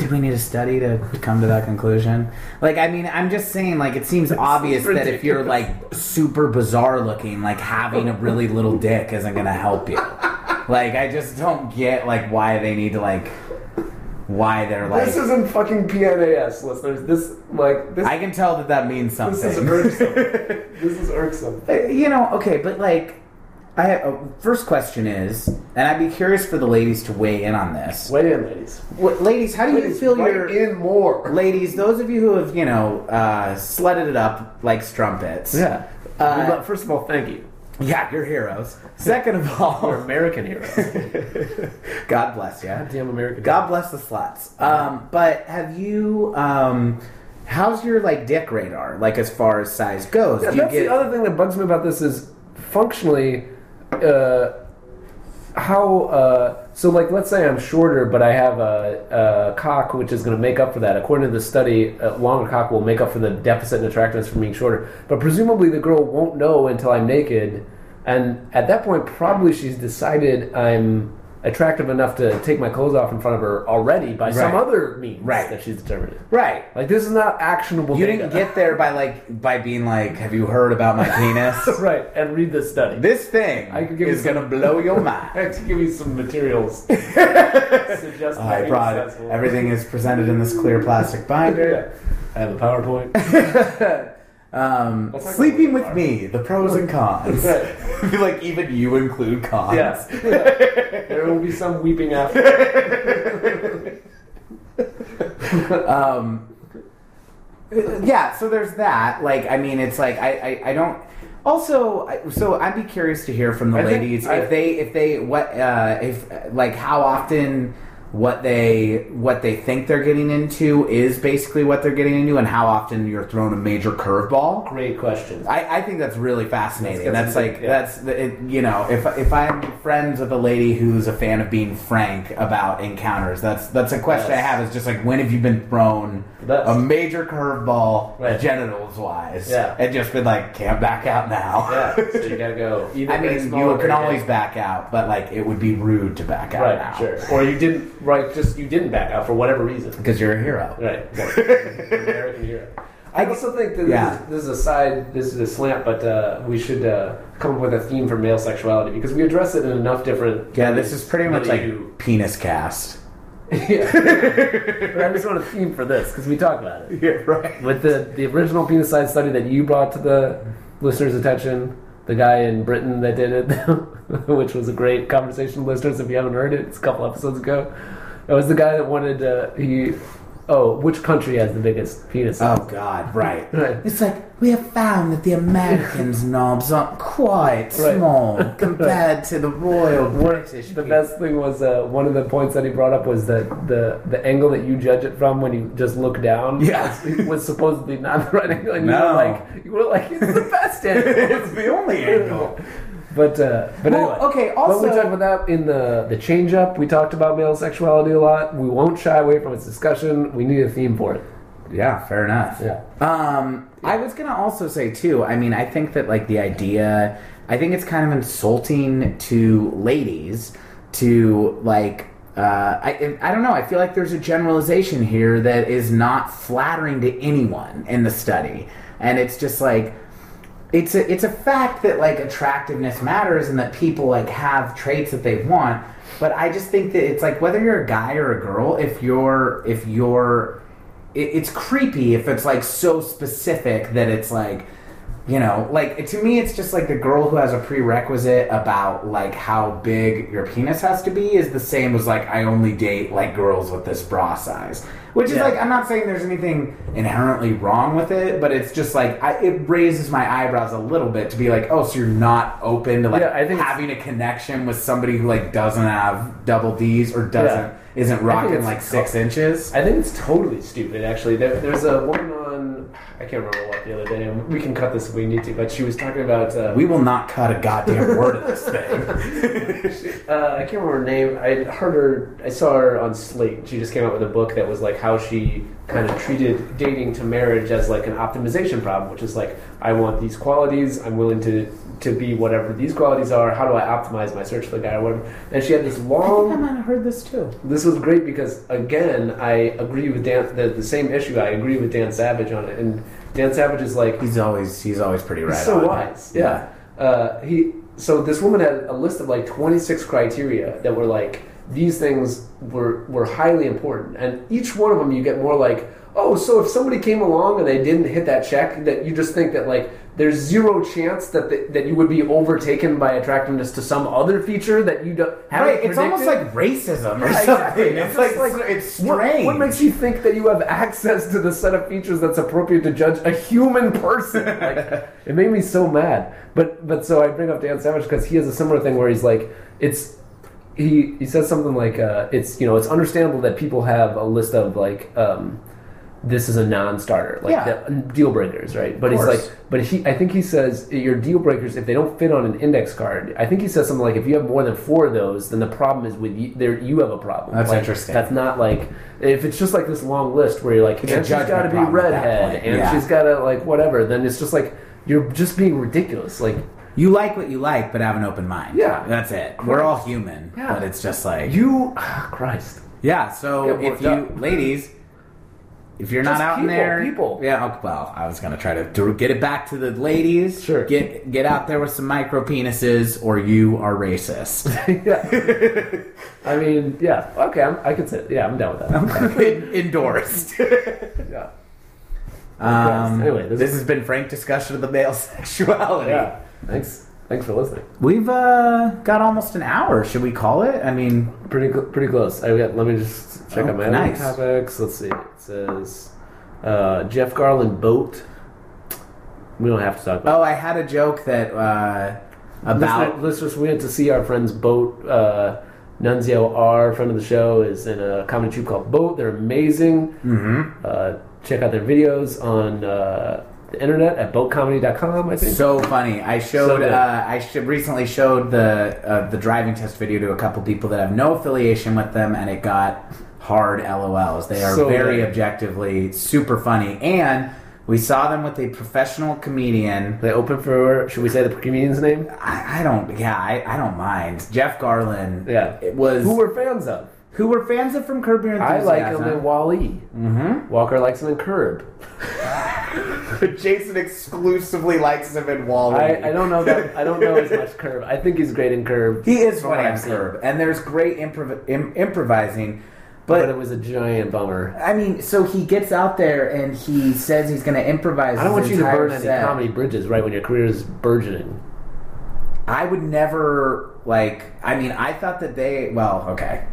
Speaker 5: Do we need a study to come to that conclusion? Like, I mean, I'm just saying, like, it seems obvious that if you're, like, super bizarre looking, like, having a really little dick isn't going to help you. Like, I just don't get, like, why they need to, like, why they're like.
Speaker 6: isn't fucking PNAS, listeners. This, like, this,
Speaker 5: I can tell that that means something.
Speaker 6: this is irksome.
Speaker 5: Uh, you know, okay, but like, I uh, first question is, and I'd be curious for the ladies to weigh in on this.
Speaker 6: Wait in, ladies.
Speaker 5: What, ladies, how do you feel your
Speaker 6: more.
Speaker 5: ladies? Those of you who have you know uh, sledded it up like strumpets.
Speaker 6: Yeah.
Speaker 5: Uh,
Speaker 6: Well, first of all, thank you.
Speaker 5: yeah, you're heroes. Second of
Speaker 6: You're
Speaker 5: all,
Speaker 6: American heroes.
Speaker 5: God bless you.
Speaker 6: Damn American.
Speaker 5: God bless the sluts. Um, but have you? Um, how's your like dick radar? Like as far as size goes,
Speaker 6: Yeah,
Speaker 5: do you
Speaker 6: that's the other thing that bugs me about this is functionally uh, how uh, so like let's say I'm shorter but I have a, a cock which is going to make up for that according to the study a longer cock will make up for the deficit in attractiveness from being shorter but presumably the girl won't know until I'm naked and at that point probably she's decided I'm attractive enough to take my clothes off in front of her already by some
Speaker 5: Right.
Speaker 6: other means
Speaker 5: Right.
Speaker 6: that she's determined
Speaker 5: right.
Speaker 6: like this is not actionable
Speaker 5: You
Speaker 6: data.
Speaker 5: didn't get there by like by being like, have you heard about my penis?
Speaker 6: right and read this study
Speaker 5: This thing
Speaker 6: I could give
Speaker 5: is
Speaker 6: you
Speaker 5: gonna
Speaker 6: some-
Speaker 5: blow your mind.
Speaker 6: to give you some materials. Suggest
Speaker 5: I brought it. Everything is presented in this clear plastic binder.
Speaker 6: I have a PowerPoint.
Speaker 5: Um,
Speaker 6: That's not
Speaker 5: sleeping
Speaker 6: going
Speaker 5: with
Speaker 6: far.
Speaker 5: me, the pros and cons.
Speaker 6: Right.
Speaker 5: I feel like even you include cons.
Speaker 6: Yes. there will be some weeping after.
Speaker 5: um, yeah, so there's that. Like, I mean, it's like I, I, I don't. Also, I- so I'd be curious to hear from the
Speaker 6: I think
Speaker 5: ladies
Speaker 6: I-
Speaker 5: if they if they what uh, if uh, like how often what they what they think they're getting into is basically what they're getting into, and how often you're thrown a major curveball.
Speaker 6: Great question.
Speaker 5: I, I think that's really fascinating. That's,
Speaker 6: That's- that's-
Speaker 5: like
Speaker 6: yeah.
Speaker 5: that's the, it, you know if if I'm friends with a lady who's a fan of being frank about encounters, that's that's a question I
Speaker 6: Yes.
Speaker 5: have. Is just like when have you been thrown
Speaker 6: That's-
Speaker 5: a major curveball
Speaker 6: Right.
Speaker 5: genitals wise,
Speaker 6: Yeah.
Speaker 5: and just been like can't back out now.
Speaker 6: Yeah, so you gotta go. Either
Speaker 5: I
Speaker 6: very
Speaker 5: mean,
Speaker 6: small or
Speaker 5: you
Speaker 6: very
Speaker 5: can
Speaker 6: big.
Speaker 5: always back out, but like it would be rude to back out
Speaker 6: right,
Speaker 5: now
Speaker 6: sure. Or you didn't, right? Just you didn't back out for whatever reason.
Speaker 5: because you're a hero.
Speaker 6: Right. exactly. American hero. I also think that
Speaker 5: Yeah.
Speaker 6: this, this is a side, this is a slant, but uh, we should uh, come up with a theme for male sexuality because we address it in enough different.
Speaker 5: Yeah, this is pretty much
Speaker 6: that
Speaker 5: like
Speaker 6: you-
Speaker 5: penis cast.
Speaker 6: yeah. But I just want a theme for this because we talk about it.
Speaker 5: Yeah, right.
Speaker 6: With the, the original penis size study that you brought to the listeners' attention, the guy in Britain that did it, which was a great conversation, listeners, if you haven't heard it, it's a couple episodes ago. It was the guy that wanted, uh, he, oh, which country has the biggest penis size?
Speaker 5: Oh God! Right.
Speaker 6: Right.
Speaker 5: It's like we have found that the Americans' knobs aren't quite
Speaker 6: Right.
Speaker 5: small compared to the royal British.
Speaker 6: The best thing was uh, one of the points that he brought up was that the the angle that you judge it from when you just look down
Speaker 5: Yeah.
Speaker 6: was, was supposedly not the right angle, and you were
Speaker 5: No.
Speaker 6: like you were like it's the best angle.
Speaker 5: it's the only angle.
Speaker 6: But uh, but
Speaker 5: Well,
Speaker 6: anyway,
Speaker 5: okay,
Speaker 6: but we
Speaker 5: also-
Speaker 6: talked about that in the the change up. We talked about male sexuality a lot. We won't shy away from its discussion. We need a theme for it.
Speaker 5: Yeah, fair enough.
Speaker 6: Yeah.
Speaker 5: Um, I was gonna also say too. I mean, I think that like the idea. I think it's kind of insulting to ladies to like. Uh, I I don't know. I feel like there's a generalization here that is not flattering to anyone in the study, and it's just like. it's a it's a fact that like attractiveness matters and that people like have traits that they want but i just think that it's like whether you're a guy or a girl if you're if you're it, it's creepy if it's like so specific that it's like you know like to me it's just like the girl who has a prerequisite about like how big your penis has to be is the same as like i only date like girls with this bra size which is
Speaker 6: Yeah.
Speaker 5: like i'm not saying there's anything inherently wrong with it but it's just like I, it raises my eyebrows a little bit to be like oh so you're not open to like
Speaker 6: Yeah, I think it's-
Speaker 5: having a connection with somebody who like doesn't have double d's or doesn't isn't
Speaker 6: it's
Speaker 5: rocking like six
Speaker 6: co-
Speaker 5: inches
Speaker 6: I think it's totally stupid, actually. There, there's a woman on, I can't remember what the other day, and we can cut this if we need to, but she was talking about. Uh,
Speaker 5: we will not cut a goddamn word of this thing
Speaker 6: uh, I can't remember her name. I heard her, I saw her on Slate. She just came out with a book that was like how she kind of treated dating to marriage as like an optimization problem, which is like, I want these qualities, I'm willing to, to be whatever these qualities are, how do I optimize my search for the guy or whatever. And she had this long.
Speaker 5: have heard this too.
Speaker 6: This was great because again, I agree with Dan. The, the same issue. I agree with Dan Savage on it, and Dan Savage is like
Speaker 5: He's always he's always pretty right.
Speaker 6: he's so
Speaker 5: on.
Speaker 6: wise. Yeah. Uh, he. So this woman had a list of like 26 criteria that were like these things were were highly important, and each one of them you get more like, oh, so if somebody came along and they didn't hit that check, that you just think that like there's zero chance that the, that you would be overtaken by attractiveness to some other feature that you don't. haven't
Speaker 5: Right, it's almost
Speaker 6: predicted.
Speaker 5: like racism or
Speaker 6: Yeah, exactly.
Speaker 5: something. It's like,
Speaker 6: just
Speaker 5: it's
Speaker 6: what-
Speaker 5: strange.
Speaker 6: What, makes you think that you have access to the set of features that's appropriate to judge a human person? Like, it made me so mad. But but so I bring up Dan Savage because he has a similar thing where he's like, it's he he says something like, uh, it's you know, it's understandable that people have a list of like. Um, this is a non-starter, like
Speaker 5: Yeah.
Speaker 6: the deal breakers, right? But he's
Speaker 5: course.
Speaker 6: like, but he, I think he says your deal breakers if they don't fit on an index card. I think he says something like, if you have more than four of those, then the problem is with you. There, you have a problem.
Speaker 5: That's
Speaker 6: Like,
Speaker 5: interesting.
Speaker 6: That's not like if it's just like this long list where you're like,
Speaker 5: a
Speaker 6: and she's
Speaker 5: judgment
Speaker 6: got to be
Speaker 5: problem at that
Speaker 6: redhead,
Speaker 5: point,
Speaker 6: and
Speaker 5: yeah.
Speaker 6: she's got to like whatever. Then it's just like you're just being ridiculous. Like
Speaker 5: you like what you like, but have an open mind.
Speaker 6: Yeah.
Speaker 5: that's it. We're all human,
Speaker 6: Yeah.
Speaker 5: but it's just like
Speaker 6: you, ah, Christ.
Speaker 5: Yeah. So
Speaker 6: Get
Speaker 5: if
Speaker 6: worked
Speaker 5: you,
Speaker 6: up.
Speaker 5: ladies, if you're
Speaker 6: Just
Speaker 5: not out
Speaker 6: people,
Speaker 5: in there,
Speaker 6: people.
Speaker 5: Yeah. oh, Well, I was gonna try to do- get it back to the ladies.
Speaker 6: Sure.
Speaker 5: Get get out there with some micro penises, or you are racist.
Speaker 6: yeah. I mean, yeah. Okay, I'm, I can say, yeah, I'm down with that.
Speaker 5: Endorsed.
Speaker 6: Yeah.
Speaker 5: Um,
Speaker 6: Anyway, this
Speaker 5: this,
Speaker 6: is-
Speaker 5: has been frank discussion of the male sexuality.
Speaker 6: Yeah. Thanks. Thanks for listening.
Speaker 5: We've uh, got almost an hour. Should we call it? I mean,
Speaker 6: Pretty cl- pretty close. I got, let me just check
Speaker 5: Oh,
Speaker 6: out my
Speaker 5: nice.
Speaker 6: other topics. Let's see. It says uh, Jeff Garland boat. We don't have to talk about.
Speaker 5: oh, I had a joke that uh, about
Speaker 6: Listener- listeners, we went to see our friend's boat. Uh, Nunzio R, friend of the show, is in a comedy troupe called Boat. They're amazing. Mm-hmm. Uh, check out their videos on uh, the internet at boatcomedy.com. I think.
Speaker 5: So funny. I
Speaker 6: So
Speaker 5: showed.
Speaker 6: good.
Speaker 5: uh, I sh- recently showed the uh, the driving test video to a couple people that have no affiliation with them, and it got hard LOLs. They are
Speaker 6: So
Speaker 5: very
Speaker 6: good.
Speaker 5: objectively super funny, and we saw them with a professional comedian.
Speaker 6: they open for. Should we say the comedian's name?
Speaker 5: I, I don't. Yeah, I, I don't mind. Jeff Garland.
Speaker 6: Yeah.
Speaker 5: it was
Speaker 6: Who we're fans of.
Speaker 5: who were fans of from Curb Your
Speaker 6: I
Speaker 5: Enthusiasm.
Speaker 6: like him in Wally. Mm-hmm. Walker likes him in Curb.
Speaker 5: Jason exclusively likes him in Wall.
Speaker 6: I, I don't know that I don't know as much Curb. I think he's great in Curb.
Speaker 5: He is
Speaker 6: from what
Speaker 5: funny on
Speaker 6: I've seen.
Speaker 5: Curb, and there's great improv- Im- improvising.
Speaker 6: but,
Speaker 5: But
Speaker 6: it was a giant bummer.
Speaker 5: I mean, so he gets out there and he says he's going to improvise.
Speaker 6: I don't
Speaker 5: his
Speaker 6: want you to
Speaker 5: entire
Speaker 6: burn any
Speaker 5: set.
Speaker 6: comedy bridges right when your career is burgeoning.
Speaker 5: I would never like. I mean, I thought that they. Well, okay,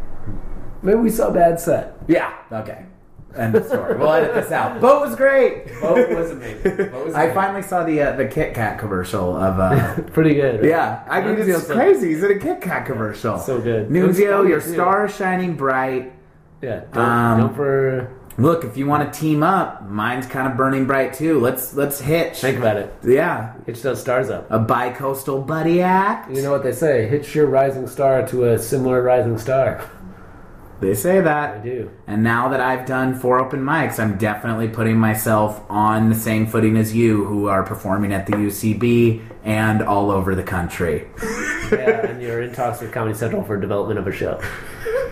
Speaker 6: Maybe we saw a bad set.
Speaker 5: yeah, okay. End of story. we'll edit this out. Boat was great.
Speaker 6: Boat was amazing. Boat was
Speaker 5: I
Speaker 6: amazing.
Speaker 5: finally saw the uh, the Kit Kat commercial of. Uh,
Speaker 6: Pretty good. right?
Speaker 5: yeah, I mean,
Speaker 6: Nunzio's
Speaker 5: it's
Speaker 6: so-
Speaker 5: crazy. He's in a Kit Kat commercial.
Speaker 6: So good. It
Speaker 5: Nunzio,
Speaker 6: was
Speaker 5: your
Speaker 6: funny, too.
Speaker 5: star is shining bright.
Speaker 6: Yeah. Don't,
Speaker 5: Um,
Speaker 6: don't for
Speaker 5: Look, if you want to team up, mine's kind of burning bright too. Let's let's hitch.
Speaker 6: think about it.
Speaker 5: Yeah,
Speaker 6: Hitch those stars up.
Speaker 5: a bi-coastal buddy act.
Speaker 6: You know what they say? Hitch your rising star to a similar rising star.
Speaker 5: They say
Speaker 6: I
Speaker 5: that.
Speaker 6: do.
Speaker 5: And now that I've done four open mics, I'm definitely putting myself on the same footing as you, who are performing at the UCB and all over the country.
Speaker 6: Yeah, and you're in talks with Comedy Central for development of a show.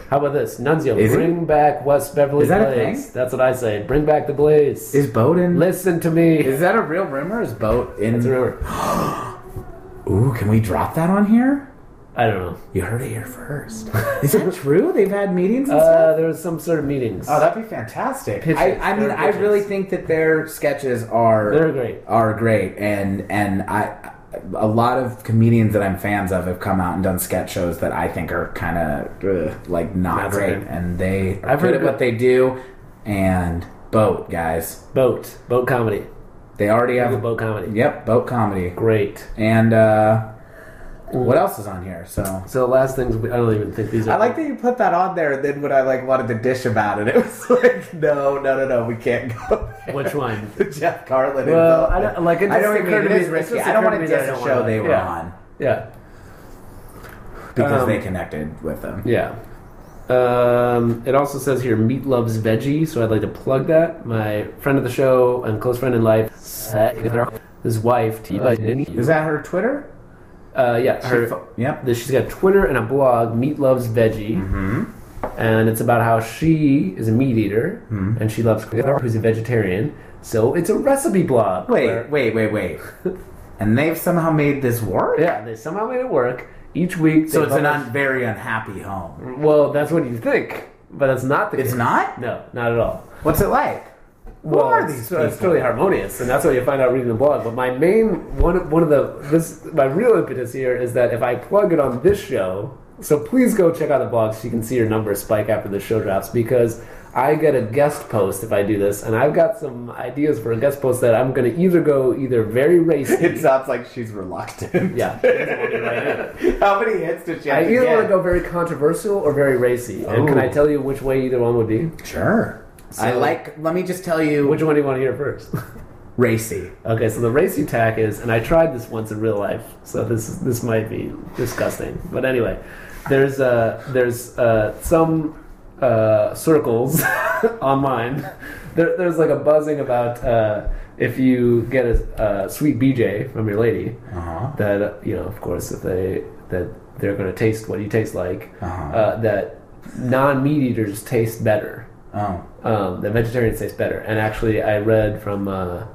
Speaker 6: How about this? Nunzio,
Speaker 5: Is it-
Speaker 6: bring back West Beverly
Speaker 5: Is that a
Speaker 6: Blaze.
Speaker 5: thing?
Speaker 6: That's what I say. Bring back the Blaze.
Speaker 5: Is Bowden?
Speaker 6: Listen to me.
Speaker 5: Is that a real rumor? Is Boat in?
Speaker 6: It's a rumor.
Speaker 5: Ooh, can we drop that on here?
Speaker 6: I don't know.
Speaker 5: You heard it here first. Is that true? They've had meetings and stuff.
Speaker 6: Uh, there was some sort of meetings.
Speaker 5: Oh, that'd be fantastic.
Speaker 6: Pitches.
Speaker 5: I, I mean,
Speaker 6: They're
Speaker 5: I really
Speaker 6: pitches.
Speaker 5: think that their sketches are
Speaker 6: They're great.
Speaker 5: are great, and and I a lot of comedians that I'm fans of have come out and done sketch shows that I think are kind of like not
Speaker 6: That's
Speaker 5: great,
Speaker 6: okay.
Speaker 5: and they are
Speaker 6: I've
Speaker 5: good
Speaker 6: heard
Speaker 5: at
Speaker 6: good-
Speaker 5: what they do. And boat guys,
Speaker 6: Boat. Boat comedy.
Speaker 5: they already have
Speaker 6: Google boat comedy.
Speaker 5: Yep, boat comedy,
Speaker 6: Great.
Speaker 5: and uh, what else is on here? So.
Speaker 6: So last things, we, I don't even think these are.
Speaker 5: I like that you put that on there, and then when I like wanted to dish about it, it was like, no, no, no, no, we can't go. There.
Speaker 6: Which one?
Speaker 5: Jeff Garland.
Speaker 6: Well,
Speaker 5: and-
Speaker 6: I don't- like, it
Speaker 5: I don't
Speaker 6: just
Speaker 5: even
Speaker 6: occurred
Speaker 5: mean
Speaker 6: to
Speaker 5: it
Speaker 6: me-
Speaker 5: is
Speaker 6: it
Speaker 5: risky.
Speaker 6: just
Speaker 5: I don't want to
Speaker 6: occurred to me
Speaker 5: diss
Speaker 6: that I
Speaker 5: the
Speaker 6: don't
Speaker 5: show
Speaker 6: wanna-
Speaker 5: they were
Speaker 6: yeah.
Speaker 5: on
Speaker 6: Yeah.
Speaker 5: because
Speaker 6: Um,
Speaker 5: they connected with them.
Speaker 6: Yeah. Um, it also says here, meat loves veggie, so I'd like to plug that. My friend of the show and close friend in life, his wife,
Speaker 5: Oh, Is that her Twitter?
Speaker 6: uh, yeah, her,
Speaker 5: Yep.
Speaker 6: This- she's got Twitter and a blog, Meat Loves Veggie,
Speaker 5: Mm-hmm.
Speaker 6: and it's about how she is a meat eater
Speaker 5: Mm-hmm.
Speaker 6: and she loves who's a vegetarian. So it's a recipe blog.
Speaker 5: Wait,
Speaker 6: where-
Speaker 5: wait, wait, wait. and they've somehow made this work.
Speaker 6: yeah, they somehow made it work. Each week,
Speaker 5: So
Speaker 6: they
Speaker 5: it's an
Speaker 6: publish-
Speaker 5: un- very unhappy home.
Speaker 6: well. That's what you think, but that's not the.
Speaker 5: It's
Speaker 6: case.
Speaker 5: not.
Speaker 6: No, not at all.
Speaker 5: What's it like? Who
Speaker 6: well,
Speaker 5: are
Speaker 6: it's-
Speaker 5: these
Speaker 6: It's
Speaker 5: people?
Speaker 6: totally harmonious, and that's what you find out reading the blog. But my main one, of- one of the this my real impetus here is that if I plug it on this show, so please go check out the blog so you can see your numbers spike after the show drops because I get a guest post if I do this, and I've got some ideas for a guest post that I'm going to either go either very racy.
Speaker 5: It sounds like she's reluctant.
Speaker 6: yeah.
Speaker 5: How many hits did she have
Speaker 6: I
Speaker 5: to
Speaker 6: either
Speaker 5: get?
Speaker 6: want to go very controversial or very racy. And can
Speaker 5: Oh.
Speaker 6: I tell you which way either one would be?
Speaker 5: Sure. I like. Let me just tell you,
Speaker 6: Which one do you want to hear first?
Speaker 5: racy.
Speaker 6: Okay, so the racy tack is, and I tried this once in real life, so this is, this might be disgusting. But anyway, there's uh, there's uh, some uh, circles online. There, there's like a buzzing about uh, if you get a, uh sweet BJ from your lady,
Speaker 5: Uh-huh.
Speaker 6: that uh, you know, of course, if they that they're going to taste what you taste like,
Speaker 5: Uh-huh.
Speaker 6: uh, that non meat eaters taste better
Speaker 5: Oh,
Speaker 6: um, that vegetarians taste better. And actually, I read from uh,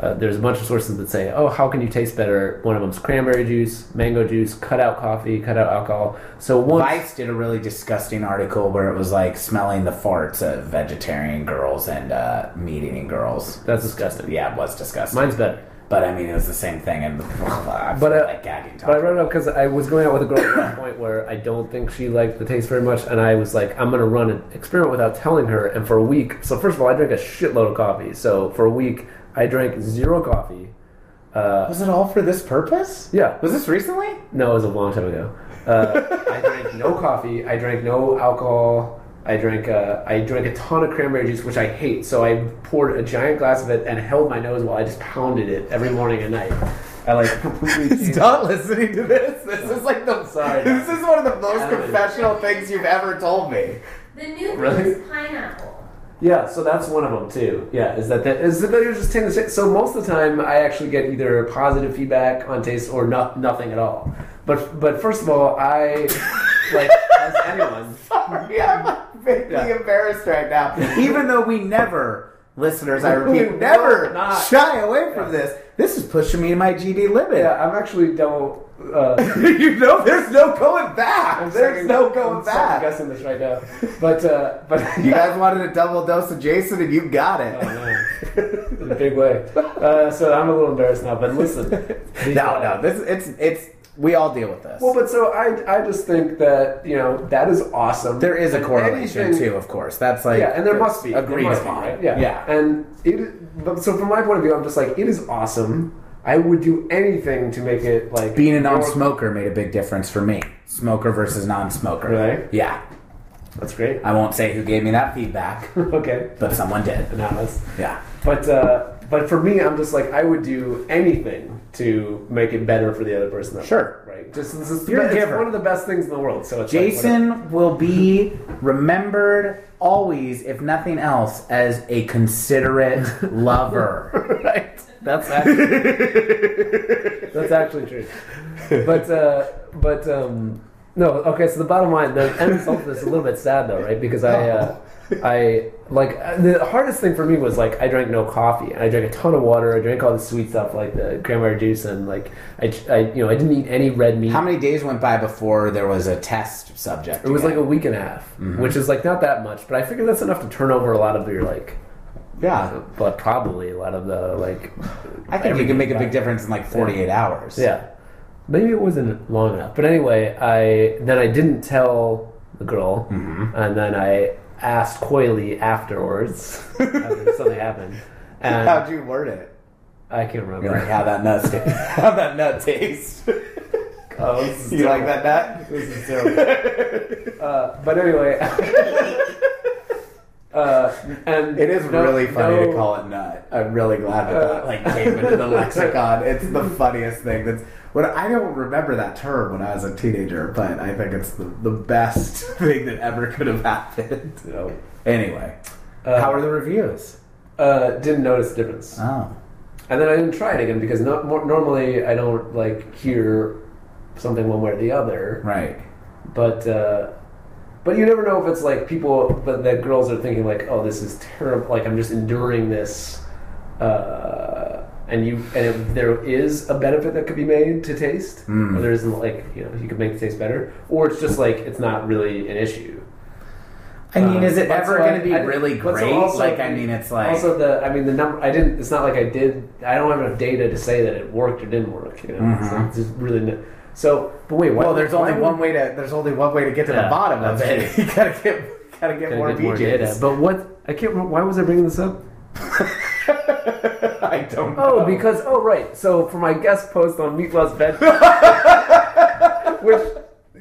Speaker 6: Uh, there's a bunch of sources that say, oh, how can you taste better? One of them's cranberry juice, mango juice, cut out coffee, cut out alcohol. So once
Speaker 5: Vice did a really disgusting article where it was like smelling the farts of vegetarian girls and uh, meat eating girls.
Speaker 6: that's disgusting.
Speaker 5: Yeah, it was disgusting.
Speaker 6: mine's better.
Speaker 5: but I mean, it was the same thing. And I
Speaker 6: But,
Speaker 5: but
Speaker 6: uh,
Speaker 5: like gagging
Speaker 6: But I
Speaker 5: talking.
Speaker 6: wrote it up because I was going out with a girl at one point where I don't think she liked the taste very much, and I was like, I'm going to run an experiment without telling her. And for a week, so first of all, I drank a shitload of coffee. So for a week, I drank zero coffee. Uh,
Speaker 5: Was it all for this purpose?
Speaker 6: yeah,
Speaker 5: Was this recently?
Speaker 6: no, it was a long time ago. Uh, I drank no coffee. I drank no alcohol. I drank uh, I drank a ton of cranberry juice, which I hate. So I poured a giant glass of it and held my nose while I just pounded it every morning and night. I like completely changed-
Speaker 5: Stop listening to this. This is like the
Speaker 6: Sorry.
Speaker 5: This is one of the most
Speaker 6: Sorry.
Speaker 5: confessional things you've ever told me.
Speaker 7: The new thing
Speaker 6: Really?
Speaker 7: is pineapple.
Speaker 6: Yeah, so that's one of them too. Yeah, is that that is that you're just taking the shit. So most of the time, I actually get either positive feedback on taste or not nothing at all. But but first of all, I like as anyone.
Speaker 5: Sorry, I'm like, vaguely
Speaker 6: Yeah.
Speaker 5: embarrassed right now. Even though we never, listeners, I
Speaker 6: We
Speaker 5: repeat,
Speaker 6: will
Speaker 5: never
Speaker 6: not.
Speaker 5: shy away from this. This is pushing me in my GD limit.
Speaker 6: Yeah, I'm actually don't. Uh,
Speaker 5: you know, there's no going back.
Speaker 6: I'm
Speaker 5: there's
Speaker 6: second-
Speaker 5: no going
Speaker 6: I'm
Speaker 5: back.
Speaker 6: Guessing this right now, but uh, but
Speaker 5: You guys wanted a double dose of Jason, and you got it.
Speaker 6: Oh, man. in a big way. Uh, so I'm a little embarrassed now. But listen, the-
Speaker 5: no, no, this it's it's we all deal with this.
Speaker 6: Well, but so I I just think that you know that is awesome.
Speaker 5: there is a
Speaker 6: And
Speaker 5: correlation
Speaker 6: anything-
Speaker 5: too, of course. That's like
Speaker 6: yeah, and there must be
Speaker 5: agreed
Speaker 6: There must be,
Speaker 5: upon.
Speaker 6: right? Yeah,
Speaker 5: yeah.
Speaker 6: And it, but, so from my point of view, I'm just like, it is awesome. I would do anything to make it like
Speaker 5: Being a
Speaker 6: more-
Speaker 5: non-smoker made a big difference for me. Smoker versus non-smoker.
Speaker 6: Really?
Speaker 5: Yeah.
Speaker 6: That's great.
Speaker 5: I won't say who gave me that feedback,
Speaker 6: okay,
Speaker 5: but someone did.
Speaker 6: no, that's
Speaker 5: Yeah.
Speaker 6: but uh, but for me, I'm just like, I would do anything to make it better for the other person. That
Speaker 5: Sure.
Speaker 6: right? Just this is
Speaker 5: You're a
Speaker 6: it's
Speaker 5: giver.
Speaker 6: one of the best things in the world. So it's like, whatever.
Speaker 5: Jason will be remembered always, if nothing else, as a considerate lover.
Speaker 6: right. That's actually, that's actually true. But uh, but um, no, okay. So the bottom line, the end result of this is a little bit sad though, right? Because I uh, I like uh, the hardest thing for me was like I drank no coffee and I drank a ton of water. I drank all the sweet stuff like the cranberry juice and like I, I you know I didn't eat any red meat.
Speaker 5: How many days went by before there was a test subject?
Speaker 6: it was like a week and a half,
Speaker 5: Mm-hmm.
Speaker 6: which is like not that much, but I figure that's enough to turn over a lot of your like,
Speaker 5: yeah.
Speaker 6: but probably a lot of the like
Speaker 5: I think you can make a big difference in like 48 hours.
Speaker 6: Yeah, maybe it wasn't long enough. But anyway, I then I didn't tell the girl,
Speaker 5: Mm-hmm.
Speaker 6: and then I asked coyly afterwards after something happened, and
Speaker 5: How'd you word it?
Speaker 6: I can't remember.
Speaker 5: You're like, how that nut sta- how that nut tastes.
Speaker 6: Oh, this is
Speaker 5: you like
Speaker 6: terrible.
Speaker 5: that nut?
Speaker 6: This is terrible. uh, but anyway. Uh, and
Speaker 5: It is
Speaker 6: no-
Speaker 5: really funny
Speaker 6: no-
Speaker 5: to call it nut. I'm really glad that that like came into the lexicon. It's the funniest thing. That's when I don't remember that term when I was a teenager, but I think it's the, the best thing that ever could have happened.
Speaker 6: No.
Speaker 5: Anyway, how are the reviews?
Speaker 6: Uh, didn't notice the difference.
Speaker 5: Oh,
Speaker 6: And then I didn't try it again because not, more, normally I don't like hear something one way or the other.
Speaker 5: right.
Speaker 6: But uh, but you never know if it's like people, but that girls are thinking like, oh, this is terrible. Like I'm just enduring this. Uh, and you and if there is a benefit that could be made to taste, or there isn't like you know you could make the taste better, or it's just like it's not really an issue.
Speaker 5: I mean, is it
Speaker 6: But
Speaker 5: ever
Speaker 6: so I-
Speaker 5: going to be
Speaker 6: I-
Speaker 5: really
Speaker 6: but so
Speaker 5: great?
Speaker 6: also-
Speaker 5: like, I mean, it's like
Speaker 6: also the. I mean, the number. I didn't. It's not like I did. I don't have enough data to say that it worked or didn't work. You know, It's not- it's just really. No, so, but wait. Why,
Speaker 5: well, there's
Speaker 6: why
Speaker 5: only
Speaker 6: would-
Speaker 5: one way to there's only one way to get to the
Speaker 6: Yeah,
Speaker 5: bottom of
Speaker 6: that's
Speaker 5: it. you gotta get gotta get
Speaker 6: Gotta
Speaker 5: more
Speaker 6: get more data.
Speaker 5: BJ's.
Speaker 6: But what? I can't. remember. Why was I bringing this up?
Speaker 5: I don't. know.
Speaker 6: Oh, because oh right. So for my guest post on Meat Loves Bed, which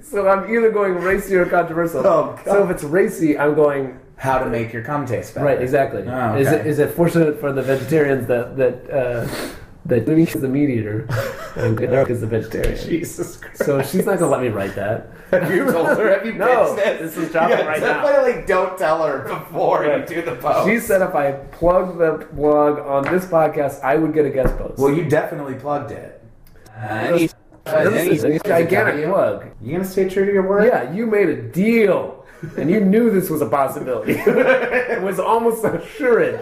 Speaker 6: so I'm either going racy or controversial.
Speaker 5: Oh, God.
Speaker 6: so if it's racy, I'm going
Speaker 5: How to make your cum taste better?
Speaker 6: right. Exactly.
Speaker 5: Oh,
Speaker 6: Is it
Speaker 5: okay.
Speaker 6: is it fortunate for the vegetarians that that uh, that Denise is the meat eater and Derek is the vegetarian?
Speaker 5: Jesus Christ.
Speaker 6: So she's not gonna let me write that.
Speaker 5: Have you told her? Have you
Speaker 6: No,
Speaker 5: pitched this?
Speaker 6: this is dropping right now.
Speaker 5: Definitely don't tell her before
Speaker 6: Right.
Speaker 5: you do the post.
Speaker 6: She said if I plugged the blog on this podcast, I would get a guest post.
Speaker 5: well, you definitely plugged it.
Speaker 6: this is a gigantic plug.
Speaker 5: You gonna stay true to your word?
Speaker 6: Yeah, you made a deal, and you knew this was a possibility. it was almost assured.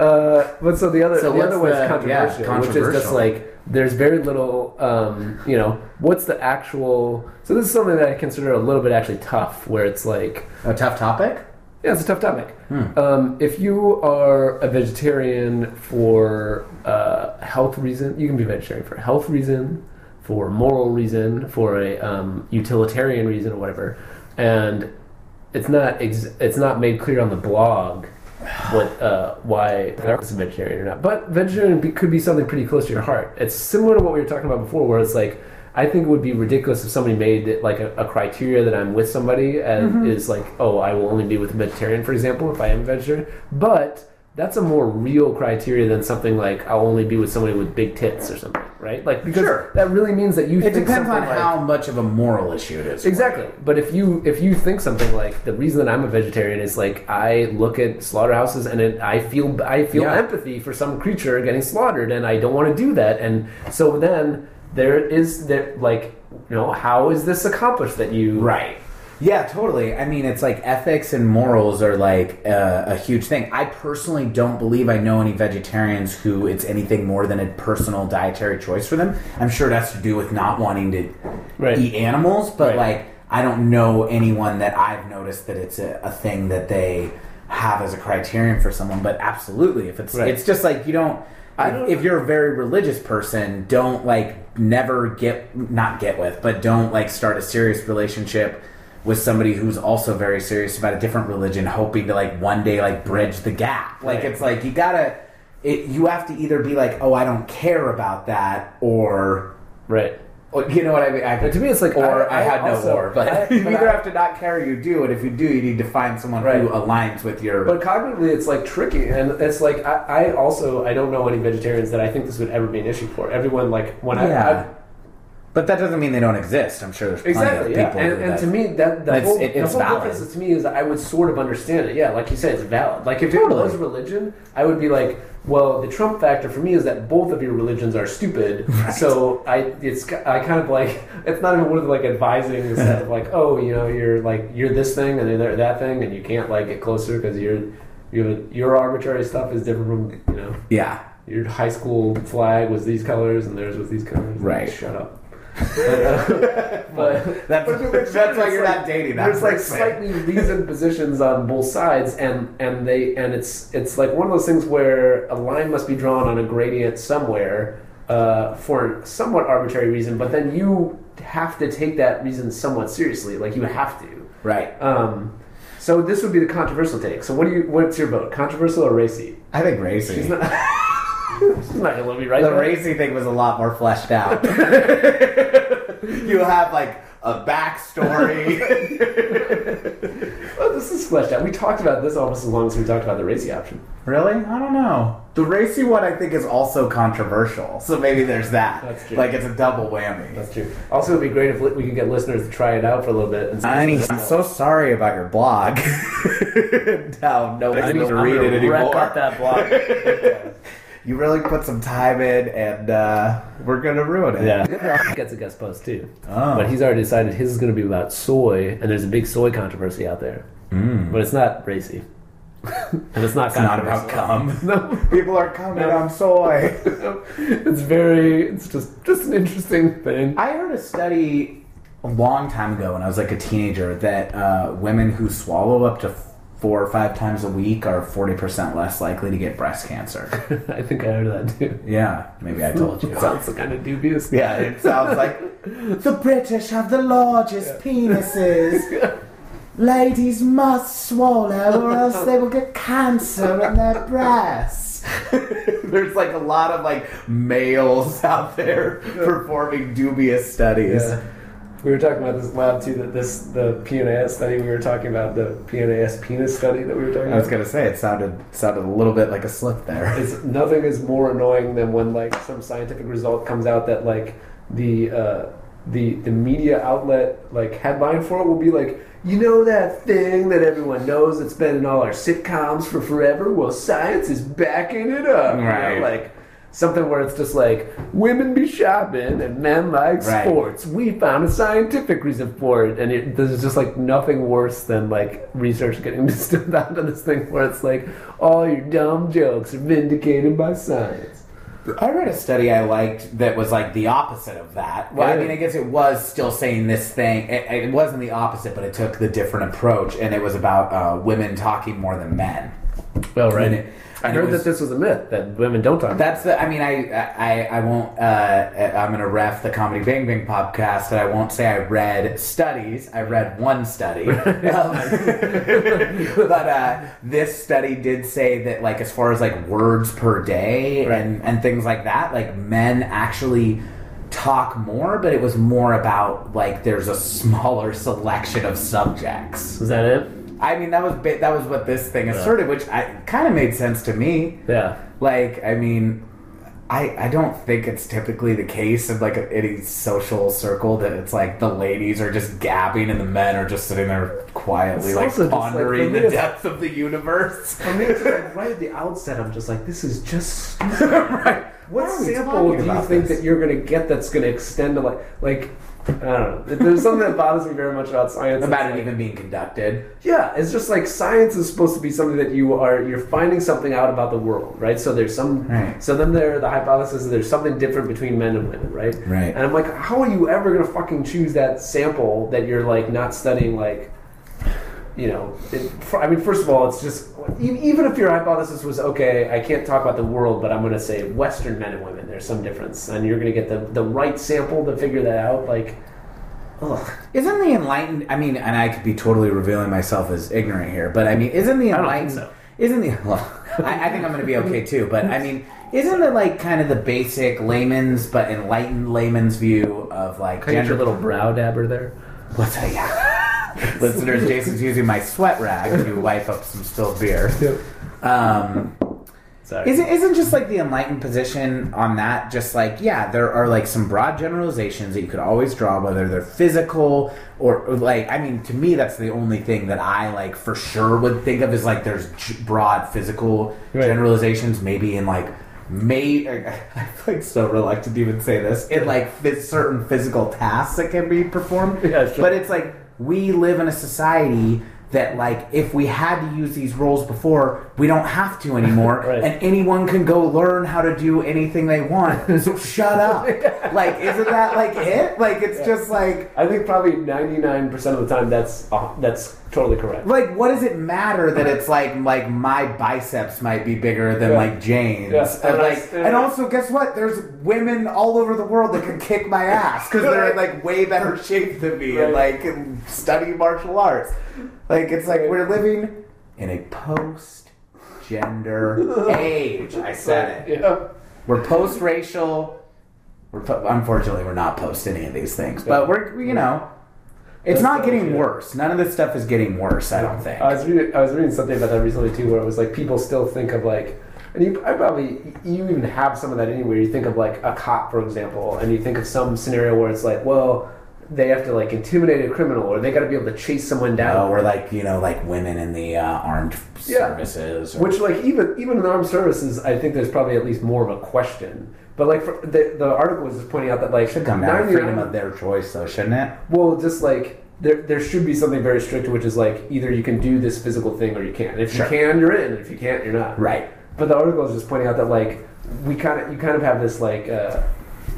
Speaker 6: Uh, but so the other
Speaker 5: So
Speaker 6: the other
Speaker 5: what's
Speaker 6: way is
Speaker 5: the- yeah,
Speaker 6: controversial, which is just
Speaker 5: controversial.
Speaker 6: like there's very little, um, you know, what's the actual? So this is something that I consider a little bit actually tough, where it's like,
Speaker 5: A tough topic?
Speaker 6: yeah, it's a tough topic. Um, if you are a vegetarian for uh, health reason, you can be vegetarian for health reason, for moral reason, for a um, utilitarian reason, or whatever, and it's not ex- it's not made clear on the blog what uh, why it's a vegetarian or not. But vegetarian be, could be something pretty close to your heart. It's similar to what we were talking about before, where it's like I think it would be ridiculous if somebody made it like a, a criteria that I'm with somebody and
Speaker 5: Mm-hmm.
Speaker 6: is like, oh, I will only be with a vegetarian, for example, if I am vegetarian. But that's a more real criteria than something like I'll only be with somebody with big tits or something, right? Like because
Speaker 5: Sure.
Speaker 6: that really means that you
Speaker 5: It
Speaker 6: think
Speaker 5: depends
Speaker 6: something
Speaker 5: on
Speaker 6: like,
Speaker 5: how much of a moral issue it is.
Speaker 6: Exactly. But if you if you think something like the reason that I'm a vegetarian is like I look at slaughterhouses and it, I feel I feel
Speaker 5: Yeah.
Speaker 6: empathy for some creature getting slaughtered and I don't want to do that and so then there is there like you know how is this accomplished that you
Speaker 5: Right. Yeah, totally. I mean, it's like ethics and morals are like uh, a huge thing. I personally don't believe I know any vegetarians who it's anything more than a personal dietary choice for them. I'm sure it has to do with not wanting to
Speaker 6: Right.
Speaker 5: eat animals, but
Speaker 6: Right.
Speaker 5: like I don't know anyone that I've noticed that it's a, a thing that they have as a criterion for someone. But absolutely, if it's
Speaker 6: Right.
Speaker 5: it's just like you don't.
Speaker 6: I don't-
Speaker 5: if you're a very religious person, don't like never get not get with, but don't like start a serious relationship with somebody who's also very serious about a different religion, hoping to like one day like bridge the gap. Like
Speaker 6: Right.
Speaker 5: it's like you gotta, it, you have to either be like, oh, I don't care about that, or
Speaker 6: right
Speaker 5: or- You know what I mean? I,
Speaker 6: But to me, it's like,
Speaker 5: or I,
Speaker 6: I- I
Speaker 5: had no
Speaker 6: also-
Speaker 5: war. But
Speaker 6: I-
Speaker 5: you
Speaker 6: but
Speaker 5: either
Speaker 6: I-
Speaker 5: have to not care, or you do, and if you do, you need to find someone who
Speaker 6: Right.
Speaker 5: aligns with your.
Speaker 6: But cognitively, it's like tricky, and it's like I, I also I don't know any vegetarians that I think this would ever be an issue for. Everyone like when I, I
Speaker 5: yeah, but that doesn't mean they don't exist. I'm sure there's plenty
Speaker 6: Exactly.
Speaker 5: of
Speaker 6: Yeah.
Speaker 5: people.
Speaker 6: And,
Speaker 5: who
Speaker 6: and
Speaker 5: that-
Speaker 6: to me, that the
Speaker 5: It's-
Speaker 6: whole,
Speaker 5: it-
Speaker 6: the
Speaker 5: it's
Speaker 6: whole
Speaker 5: valid.
Speaker 6: difference to me is I would sort of understand it. Yeah, like you said, it's valid. Like if
Speaker 5: Totally.
Speaker 6: it was religion, I would be like, well, the Trump factor for me is that both of your religions are stupid. So I, it's ki- I kind of like it's not even worth like advising instead of like, oh, you know, you're like you're this thing and you're that thing, and you can't like get closer because you're. Your, your arbitrary stuff is different from you know
Speaker 5: yeah.
Speaker 6: your high school flag was these colors and theirs was these colors.
Speaker 5: Right.
Speaker 6: Shut up. But, uh, but
Speaker 5: That's-
Speaker 6: but if you look
Speaker 5: that's
Speaker 6: at it,
Speaker 5: why
Speaker 6: it's
Speaker 5: you're
Speaker 6: like-
Speaker 5: not dating that
Speaker 6: There's like
Speaker 5: person.
Speaker 6: slightly reasoned positions on both sides, and and they and it's it's like one of those things where a line must be drawn on a gradient somewhere uh, for a somewhat arbitrary reason, but then you have to take that reason somewhat seriously. Like you have to.
Speaker 5: Right.
Speaker 6: Um, so this would be the controversial take. So what do you? What's your vote? Controversial or racy?
Speaker 5: I think racy.
Speaker 6: It's not gonna let me right.
Speaker 5: the
Speaker 6: there.
Speaker 5: racy thing was a lot more fleshed out. you have like a backstory.
Speaker 6: Oh, this is fleshed out. We talked about this almost as long as we talked about the racy option.
Speaker 5: Really? I don't know. The racy one, I think, is also controversial. So maybe there's that.
Speaker 6: That's true.
Speaker 5: Like it's a double whammy.
Speaker 6: That's true. Also, it'd be great if li- we could get listeners to try it out for a little bit. And see
Speaker 5: I'm so sorry about your blog. no, no, I need to
Speaker 6: I'm
Speaker 5: read
Speaker 6: gonna
Speaker 5: it anymore.
Speaker 6: Wreck up that blog.
Speaker 5: You really put some time in, and uh, we're gonna ruin it.
Speaker 6: Yeah. Gets a guest post too.
Speaker 5: Oh.
Speaker 6: But he's already decided his is going to be about soy, and there's a big soy controversy out there. But it's not racy, and it's not
Speaker 5: Mm. It's not about cum.
Speaker 6: No.
Speaker 5: People are coming on soy.
Speaker 6: it's very. It's just just an interesting thing.
Speaker 5: I heard a study a long time ago when I was like a teenager that uh, women who swallow up to four or five times a week are 40% less likely to get breast cancer.
Speaker 6: I think I heard that too.
Speaker 5: yeah, maybe I told you.
Speaker 6: Sounds kind of dubious.
Speaker 5: Yeah, it sounds like the British have the largest penises. Ladies must swallow, or else they will get cancer in their breasts. There's like a lot of like males out there performing dubious studies.
Speaker 6: Yeah. We were talking about this lab too. That this the PNAS study we were talking about the PNAS penis study that we were talking
Speaker 5: I was
Speaker 6: about.
Speaker 5: gonna say it sounded sounded a little bit like a slip there.
Speaker 6: It's nothing is more annoying than when like some scientific result comes out that like the uh, the the media outlet like headline for it will be like you know that thing that everyone knows that's been in all our sitcoms for forever. Well, science is backing it up. You know,
Speaker 5: Right.
Speaker 6: like Something where it's just like women be shopping and men like
Speaker 5: Right.
Speaker 6: sports. We found a scientific reason for it, and it, there's just like nothing worse than like research getting distilled down to this thing where it's like all your dumb jokes are vindicated by science.
Speaker 5: I read a study I liked that was like the opposite of that. Well, I
Speaker 6: Yeah.
Speaker 5: mean, I guess it was still saying this thing. It, it wasn't the opposite, but it took the different approach, and it was about uh, women talking more than men.
Speaker 6: Well,
Speaker 5: right.
Speaker 6: I heard that this was a myth that women don't talk.
Speaker 5: That's the. I mean, I I, I won't. Uh, I'm going to ref the comedy Bang Bang podcast, and I won't say I read studies. I read one study, Um, but uh, this study did say that, like, as far as like words per day and and things like that, like men actually talk more, but it was more about like there's a smaller selection of subjects.
Speaker 6: Is that it?
Speaker 5: I mean, that was ba- that was what this thing asserted, which I kind of made sense to me
Speaker 6: Yeah.
Speaker 5: like i mean I, I don't think it's typically the case in like any social circle that it's like the ladies are just gabbing and the men are just sitting there quietly
Speaker 6: It's
Speaker 5: like
Speaker 6: also just, like,
Speaker 5: pondering
Speaker 6: the
Speaker 5: the
Speaker 6: list.
Speaker 5: depth of the universe.
Speaker 6: For me, it's like right at the outset, I'm just like, this is just stupid.
Speaker 5: right?
Speaker 6: What
Speaker 5: Why are we
Speaker 6: sample
Speaker 5: talking
Speaker 6: do you
Speaker 5: about
Speaker 6: think
Speaker 5: this?
Speaker 6: that you're going to get that's going to extend to like, like, I don't know. There's something that bothers me very much about science.
Speaker 5: about
Speaker 6: It's
Speaker 5: it
Speaker 6: like-
Speaker 5: even being conducted?
Speaker 6: Yeah, it's just like science is supposed to be something that you are you're finding something out about the world, right? So there's some.
Speaker 5: Right.
Speaker 6: So then there the hypothesis is there's something different between men and women, right?
Speaker 5: Right.
Speaker 6: And I'm like, how are you ever going to fucking choose that sample that you're like not studying like. You know, it, I mean, first of all, it's just e- even if your hypothesis was okay, I can't talk about the world, but I'm going to say Western men and women. There's some difference, and you're going to get the the right sample to figure that out. Like, ugh.
Speaker 5: Isn't the enlightened? I mean, and I could be totally revealing myself as ignorant here, but I mean, isn't the
Speaker 6: don't think
Speaker 5: enlightened?
Speaker 6: so.
Speaker 5: Isn't the? Well, I, I think I'm going to be okay too, but I mean, isn't it like kind of the basic layman's but enlightened layman's view of like
Speaker 6: Can I get
Speaker 5: gender?
Speaker 6: your little brow dabber there?
Speaker 5: What's a yeah? Listeners, Jason's using my sweat rag to wipe up some spilled beer. Um,
Speaker 6: Sorry.
Speaker 5: isn't isn't just like the enlightened position on that just like yeah there are like some broad generalizations that you could always draw whether they're physical or, or, like I mean to me that's the only thing that I like for sure would think of is like there's g- broad physical
Speaker 6: Right.
Speaker 5: generalizations maybe in like may I'm like so reluctant to even say this in like phys- certain physical tasks that can be performed
Speaker 6: Yeah, sure.
Speaker 5: but it's like we live in a society that like if we had to use these roles before we don't have to anymore
Speaker 6: Right.
Speaker 5: and anyone can go learn how to do anything they want so shut up like isn't that like it like it's just like
Speaker 6: I think probably 99% of the time that's uh, that's totally correct.
Speaker 5: like what does it matter that it's like like my biceps might be bigger than
Speaker 6: Yeah.
Speaker 5: like Jane's
Speaker 6: Yeah,
Speaker 5: and,
Speaker 6: and I-
Speaker 5: like and also guess what there's women all over the world that can kick my ass because they're in like way better shape than me and
Speaker 6: Right.
Speaker 5: like can study martial arts like it's like we're living in a post gender age I said it
Speaker 6: Yeah.
Speaker 5: we're post racial we're po- unfortunately we're not post any of these things but we're you know it's not getting worse none of this stuff is getting worse I don't think
Speaker 6: I was reading I was reading something about that recently too where it was like people still think of like and you I probably you even have some of that anywhere you think of like a cop for example and you think of some scenario where it's like well they have to like intimidate a criminal or they got to be able to chase someone
Speaker 5: Uh,
Speaker 6: down
Speaker 5: or like you know, like women in the uh, armed
Speaker 6: Yeah.
Speaker 5: services. Or,
Speaker 6: Which, like, even even in armed services, I think there's probably at least more of a question. But like, for, the the article was just pointing out that like
Speaker 5: should come down to
Speaker 6: 99
Speaker 5: freedom of their choice, though, shouldn't it?
Speaker 6: Well, just like there, there should be something very strict, which is like either you can do this physical thing or you can't. If
Speaker 5: Sure.
Speaker 6: you can, you're in. If you can't, you're not.
Speaker 5: Right.
Speaker 6: But the article is just pointing out that like we kind of you kind of have this like uh,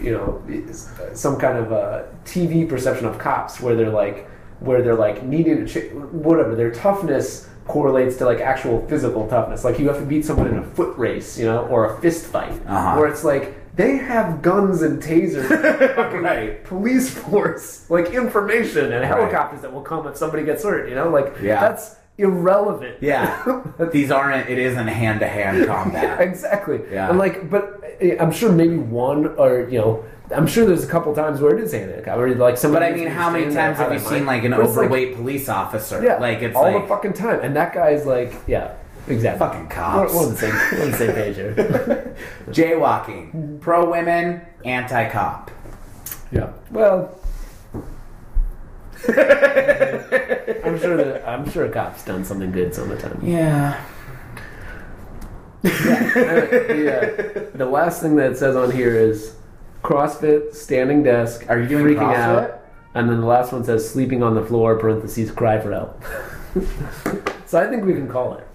Speaker 6: you know it's- some kind of uh, TV perception of cops where they're like where they're like needing to ch- whatever their toughness correlates to like actual physical toughness. Like you have to beat someone in a foot race, you know, or a fist fight,
Speaker 5: Uh-huh.
Speaker 6: where it's like. They have guns and tasers.
Speaker 5: Right.
Speaker 6: police force, like information and helicopters that will come if somebody gets hurt. You know, like
Speaker 5: Yeah.
Speaker 6: that's irrelevant.
Speaker 5: Yeah, these aren't. It isn't hand to hand combat.
Speaker 6: exactly.
Speaker 5: Yeah.
Speaker 6: And like, but eh, I'm sure maybe one or you know, I'm sure there's a couple times where it is Anik. I already like
Speaker 5: But
Speaker 6: somebody.
Speaker 5: I mean, how many times have you seen like an overweight police officer?
Speaker 6: yeah,
Speaker 5: like it's
Speaker 6: all
Speaker 5: like
Speaker 6: the fucking time, and that guy's like, yeah, exactly.
Speaker 5: Fucking cops.
Speaker 6: We're, we're on the same, we're on the same page here.
Speaker 5: jaywalking, pro women, anti cop.
Speaker 6: yeah. Well. I'm sure that I'm sure a cop's done something good some of the time.
Speaker 5: Yeah.
Speaker 6: the, uh, the last thing that it says on here is CrossFit standing desk.
Speaker 5: Are you doing
Speaker 6: freaking
Speaker 5: CrossFit?
Speaker 6: out? And then the last one says sleeping on the floor. Parentheses cry for help. so I think we can call it.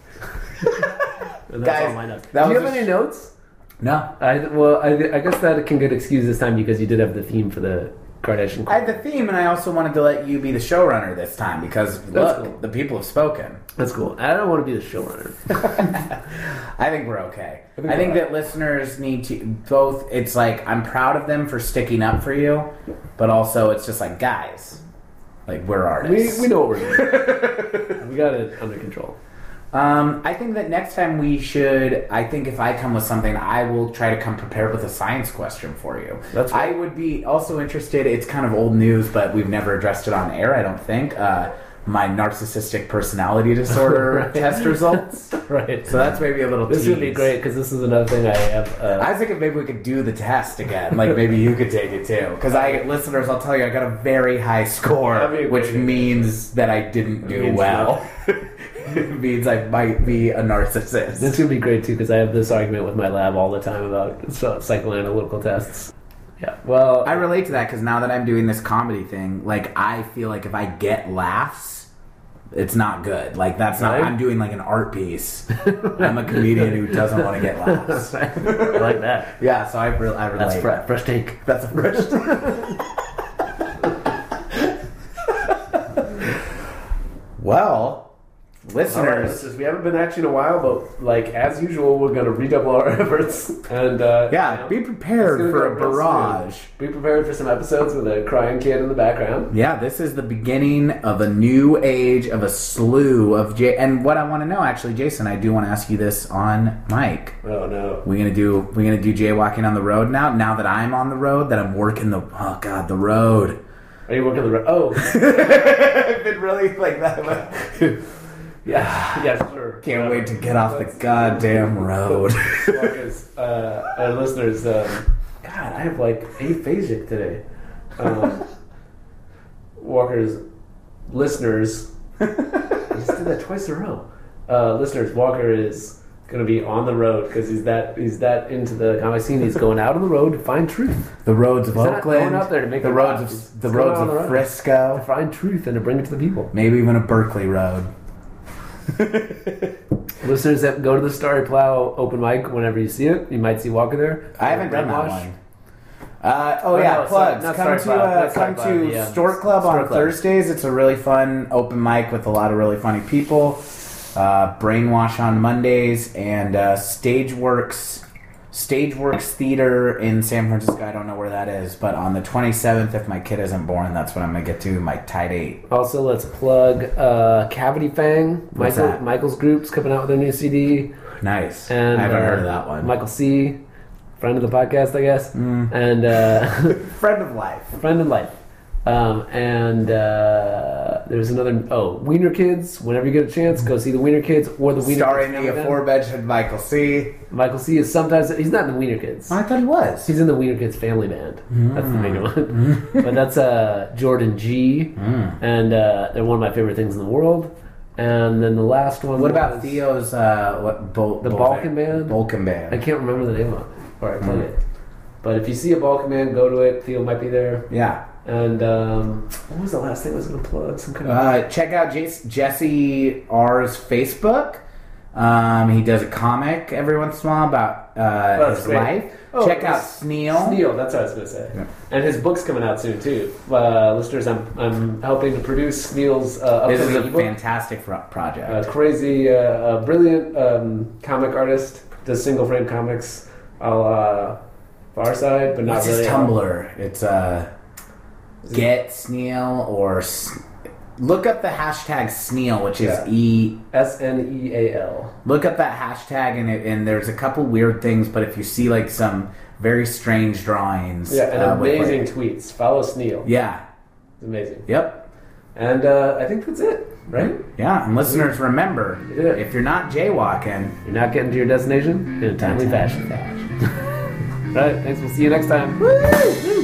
Speaker 6: And that's
Speaker 5: Guys,
Speaker 6: all my notes.
Speaker 5: that
Speaker 6: Do you
Speaker 5: was
Speaker 6: have
Speaker 5: a-
Speaker 6: any notes?
Speaker 5: No.
Speaker 6: I well, I, I guess that can get excused this time because you did have the theme for the Kardashian.
Speaker 5: I had the theme, and I also wanted to let you be the showrunner this time because look,
Speaker 6: cool.
Speaker 5: the people have spoken.
Speaker 6: That's cool. I don't want to be the showrunner.
Speaker 5: I think we're okay. I think,
Speaker 6: we're all right.
Speaker 5: that listeners need to both. It's like I'm proud of them for sticking up for you, but also it's just like guys, like we're
Speaker 6: we,
Speaker 5: artists.
Speaker 6: we know what we're doing. we got it under control.
Speaker 5: Um, I think that next time we should. I think if I come with something, I will try to come prepared with a science question for you.
Speaker 6: That's
Speaker 5: I would be also interested. It's kind of old news, but we've never addressed it on air. I don't think. Uh, my narcissistic personality disorder test results.
Speaker 6: Right.
Speaker 5: So that's maybe a little.
Speaker 6: This would be
Speaker 5: tease.
Speaker 6: great because this is another thing I have. Uh,
Speaker 5: I was thinking maybe we could do the test again. Like maybe you could take it too, because I listeners, I'll tell you, I got a very high score,
Speaker 6: That'd be a
Speaker 5: which
Speaker 6: great idea.
Speaker 5: means that I didn't do
Speaker 6: means
Speaker 5: well. it means I might be a narcissist.
Speaker 6: this would be great too because I have this argument with my lab all the time about so- psychoanalytical tests. Yeah. Well,
Speaker 5: I relate to that because now that I'm doing this comedy thing, like I feel like if I get laughs, it's not good. Like that's not.
Speaker 6: Right?
Speaker 5: I'm doing like an art piece. I'm a comedian who doesn't want to get laughs.
Speaker 6: I like that.
Speaker 5: Yeah, so I, re- I relate.
Speaker 6: That's fresh, fresh take.
Speaker 5: That's a first. well, listeners.
Speaker 6: we haven't been at you in a while, but like as usual, we're gonna redouble our efforts and uh,
Speaker 5: Yeah, be prepared
Speaker 6: It's gonna
Speaker 5: for
Speaker 6: go
Speaker 5: a
Speaker 6: real
Speaker 5: barrage.
Speaker 6: Be prepared for some episodes with a crying kid in the background.
Speaker 5: Yeah, this is the beginning of a new age of a slew of J. And what I want to know, actually, Jason, I do want to ask you this on Mike.
Speaker 6: Oh no.
Speaker 5: We're gonna do we're gonna do jaywalking on the road now. Now that I'm on the road, that I'm working the oh god the road.
Speaker 6: Are you working the re- oh
Speaker 5: I've been really like that.
Speaker 6: yeah uh, yeah sure.
Speaker 5: Can't wait to get off the goddamn road.
Speaker 6: Marcus, uh, our listeners. Um, God, I have like aphasic today. Um, Walker's listeners. I just did that twice in a row. Uh, listeners, Walker is going to be on the road because he's that he's that into the comic scene. He's going out on the road to find truth,
Speaker 5: The roads of
Speaker 6: He's not
Speaker 5: Oakland,
Speaker 6: going out there to make
Speaker 5: the
Speaker 6: a
Speaker 5: roads
Speaker 6: profit.
Speaker 5: of
Speaker 6: He's
Speaker 5: the
Speaker 6: going
Speaker 5: roads
Speaker 6: out on
Speaker 5: of
Speaker 6: the road.
Speaker 5: Frisco,
Speaker 6: find truth, and to bring it to the people.
Speaker 5: maybe even a Berkeley road.
Speaker 6: Listeners that go to the Starry Plow open mic whenever you see it, you might see Walker there.
Speaker 5: I haven't done that
Speaker 6: Redwash.
Speaker 5: one. Uh, oh,
Speaker 6: Oh,
Speaker 5: yeah,
Speaker 6: no, it's
Speaker 5: plugs.
Speaker 6: not- not
Speaker 5: come to
Speaker 6: Stark Club.
Speaker 5: uh,
Speaker 6: Not
Speaker 5: come
Speaker 6: Stark Club,
Speaker 5: to
Speaker 6: the, um,
Speaker 5: Store Club
Speaker 6: Store
Speaker 5: on
Speaker 6: Club.
Speaker 5: Thursdays. It's a really fun open mic with a lot of really funny people. Uh, Brainwash on Mondays and uh, Stageworks. Stageworks Theater in San Francisco. I don't know where that is, but on the 27th, if my kid isn't born, that's when I'm gonna get to my tight eight.
Speaker 6: Also, let's plug uh, Cavity Fang.
Speaker 5: What's
Speaker 6: Michael,
Speaker 5: that?
Speaker 6: Michael's group's coming out with their new CD.
Speaker 5: Nice.
Speaker 6: And
Speaker 5: I haven't
Speaker 6: uh,
Speaker 5: heard of that one. Mm.
Speaker 6: Michael C, friend of the podcast, I guess, and uh,
Speaker 5: friend of life.
Speaker 6: friend in life. Um, and uh, there's another. Oh, Wiener Kids. Whenever you get a chance, go see the Wiener Kids or the Wiener
Speaker 5: Starring
Speaker 6: Kids.
Speaker 5: the
Speaker 6: Family
Speaker 5: four
Speaker 6: Band.
Speaker 5: bedroom Michael C. Oh,
Speaker 6: Michael C is sometimes he's not in the Wiener Kids.
Speaker 5: I thought he was.
Speaker 6: He's in the Wiener Kids Family Band. That's the main one. but that's uh, Jordan G, and uh, they're one of my favorite things in the world. And then the last one.
Speaker 5: What about
Speaker 6: was-
Speaker 5: Theo's uh, what Bol-
Speaker 6: The
Speaker 5: Bol-
Speaker 6: Balkan Band?
Speaker 5: Balkan
Speaker 6: I
Speaker 5: Band.
Speaker 6: can't remember the name of it. All right, play it. But if you see a Balkan man, go to it. Theo might be there.
Speaker 5: Yeah.
Speaker 6: And um, what was the last thing I was going to plug? Some kind of
Speaker 5: Uh, check out Jace- Jesse R's Facebook. Um, he does a comic every once in a while about uh,
Speaker 6: That's
Speaker 5: his
Speaker 6: great.
Speaker 5: life.
Speaker 6: Oh,
Speaker 5: check out
Speaker 6: it's-
Speaker 5: Sneal.
Speaker 6: Sneal, that's what I was going to say. And his book's coming out soon too. Uh, listeners, I'm I'm helping to produce Sneal's uh, upcoming
Speaker 5: This is a
Speaker 6: ebook.
Speaker 5: fantastic fro- project.
Speaker 6: a crazy, uh, uh brilliant um, comic artist. Does single frame comics, a la Far Side, but not
Speaker 5: What's
Speaker 6: really.
Speaker 5: his Tumblr? It's uh, get Sneal or s- look up the hashtag Sneal, which is
Speaker 6: Yeah.
Speaker 5: E
Speaker 6: S N E A L.
Speaker 5: look up that hashtag and it, and there's a couple weird things but if you see like some very strange drawings
Speaker 6: Yeah, and
Speaker 5: uh, with, like-
Speaker 6: amazing tweets. Follow Sneal.
Speaker 5: yeah
Speaker 6: It's amazing.
Speaker 5: yep
Speaker 6: And uh, I think that's it, right?
Speaker 5: yeah and listeners remember
Speaker 6: Yeah.
Speaker 5: if you're not jaywalking
Speaker 6: You're not getting to your destination in a timely fashion.
Speaker 5: fashion.
Speaker 6: All right, thanks. We'll see you next time.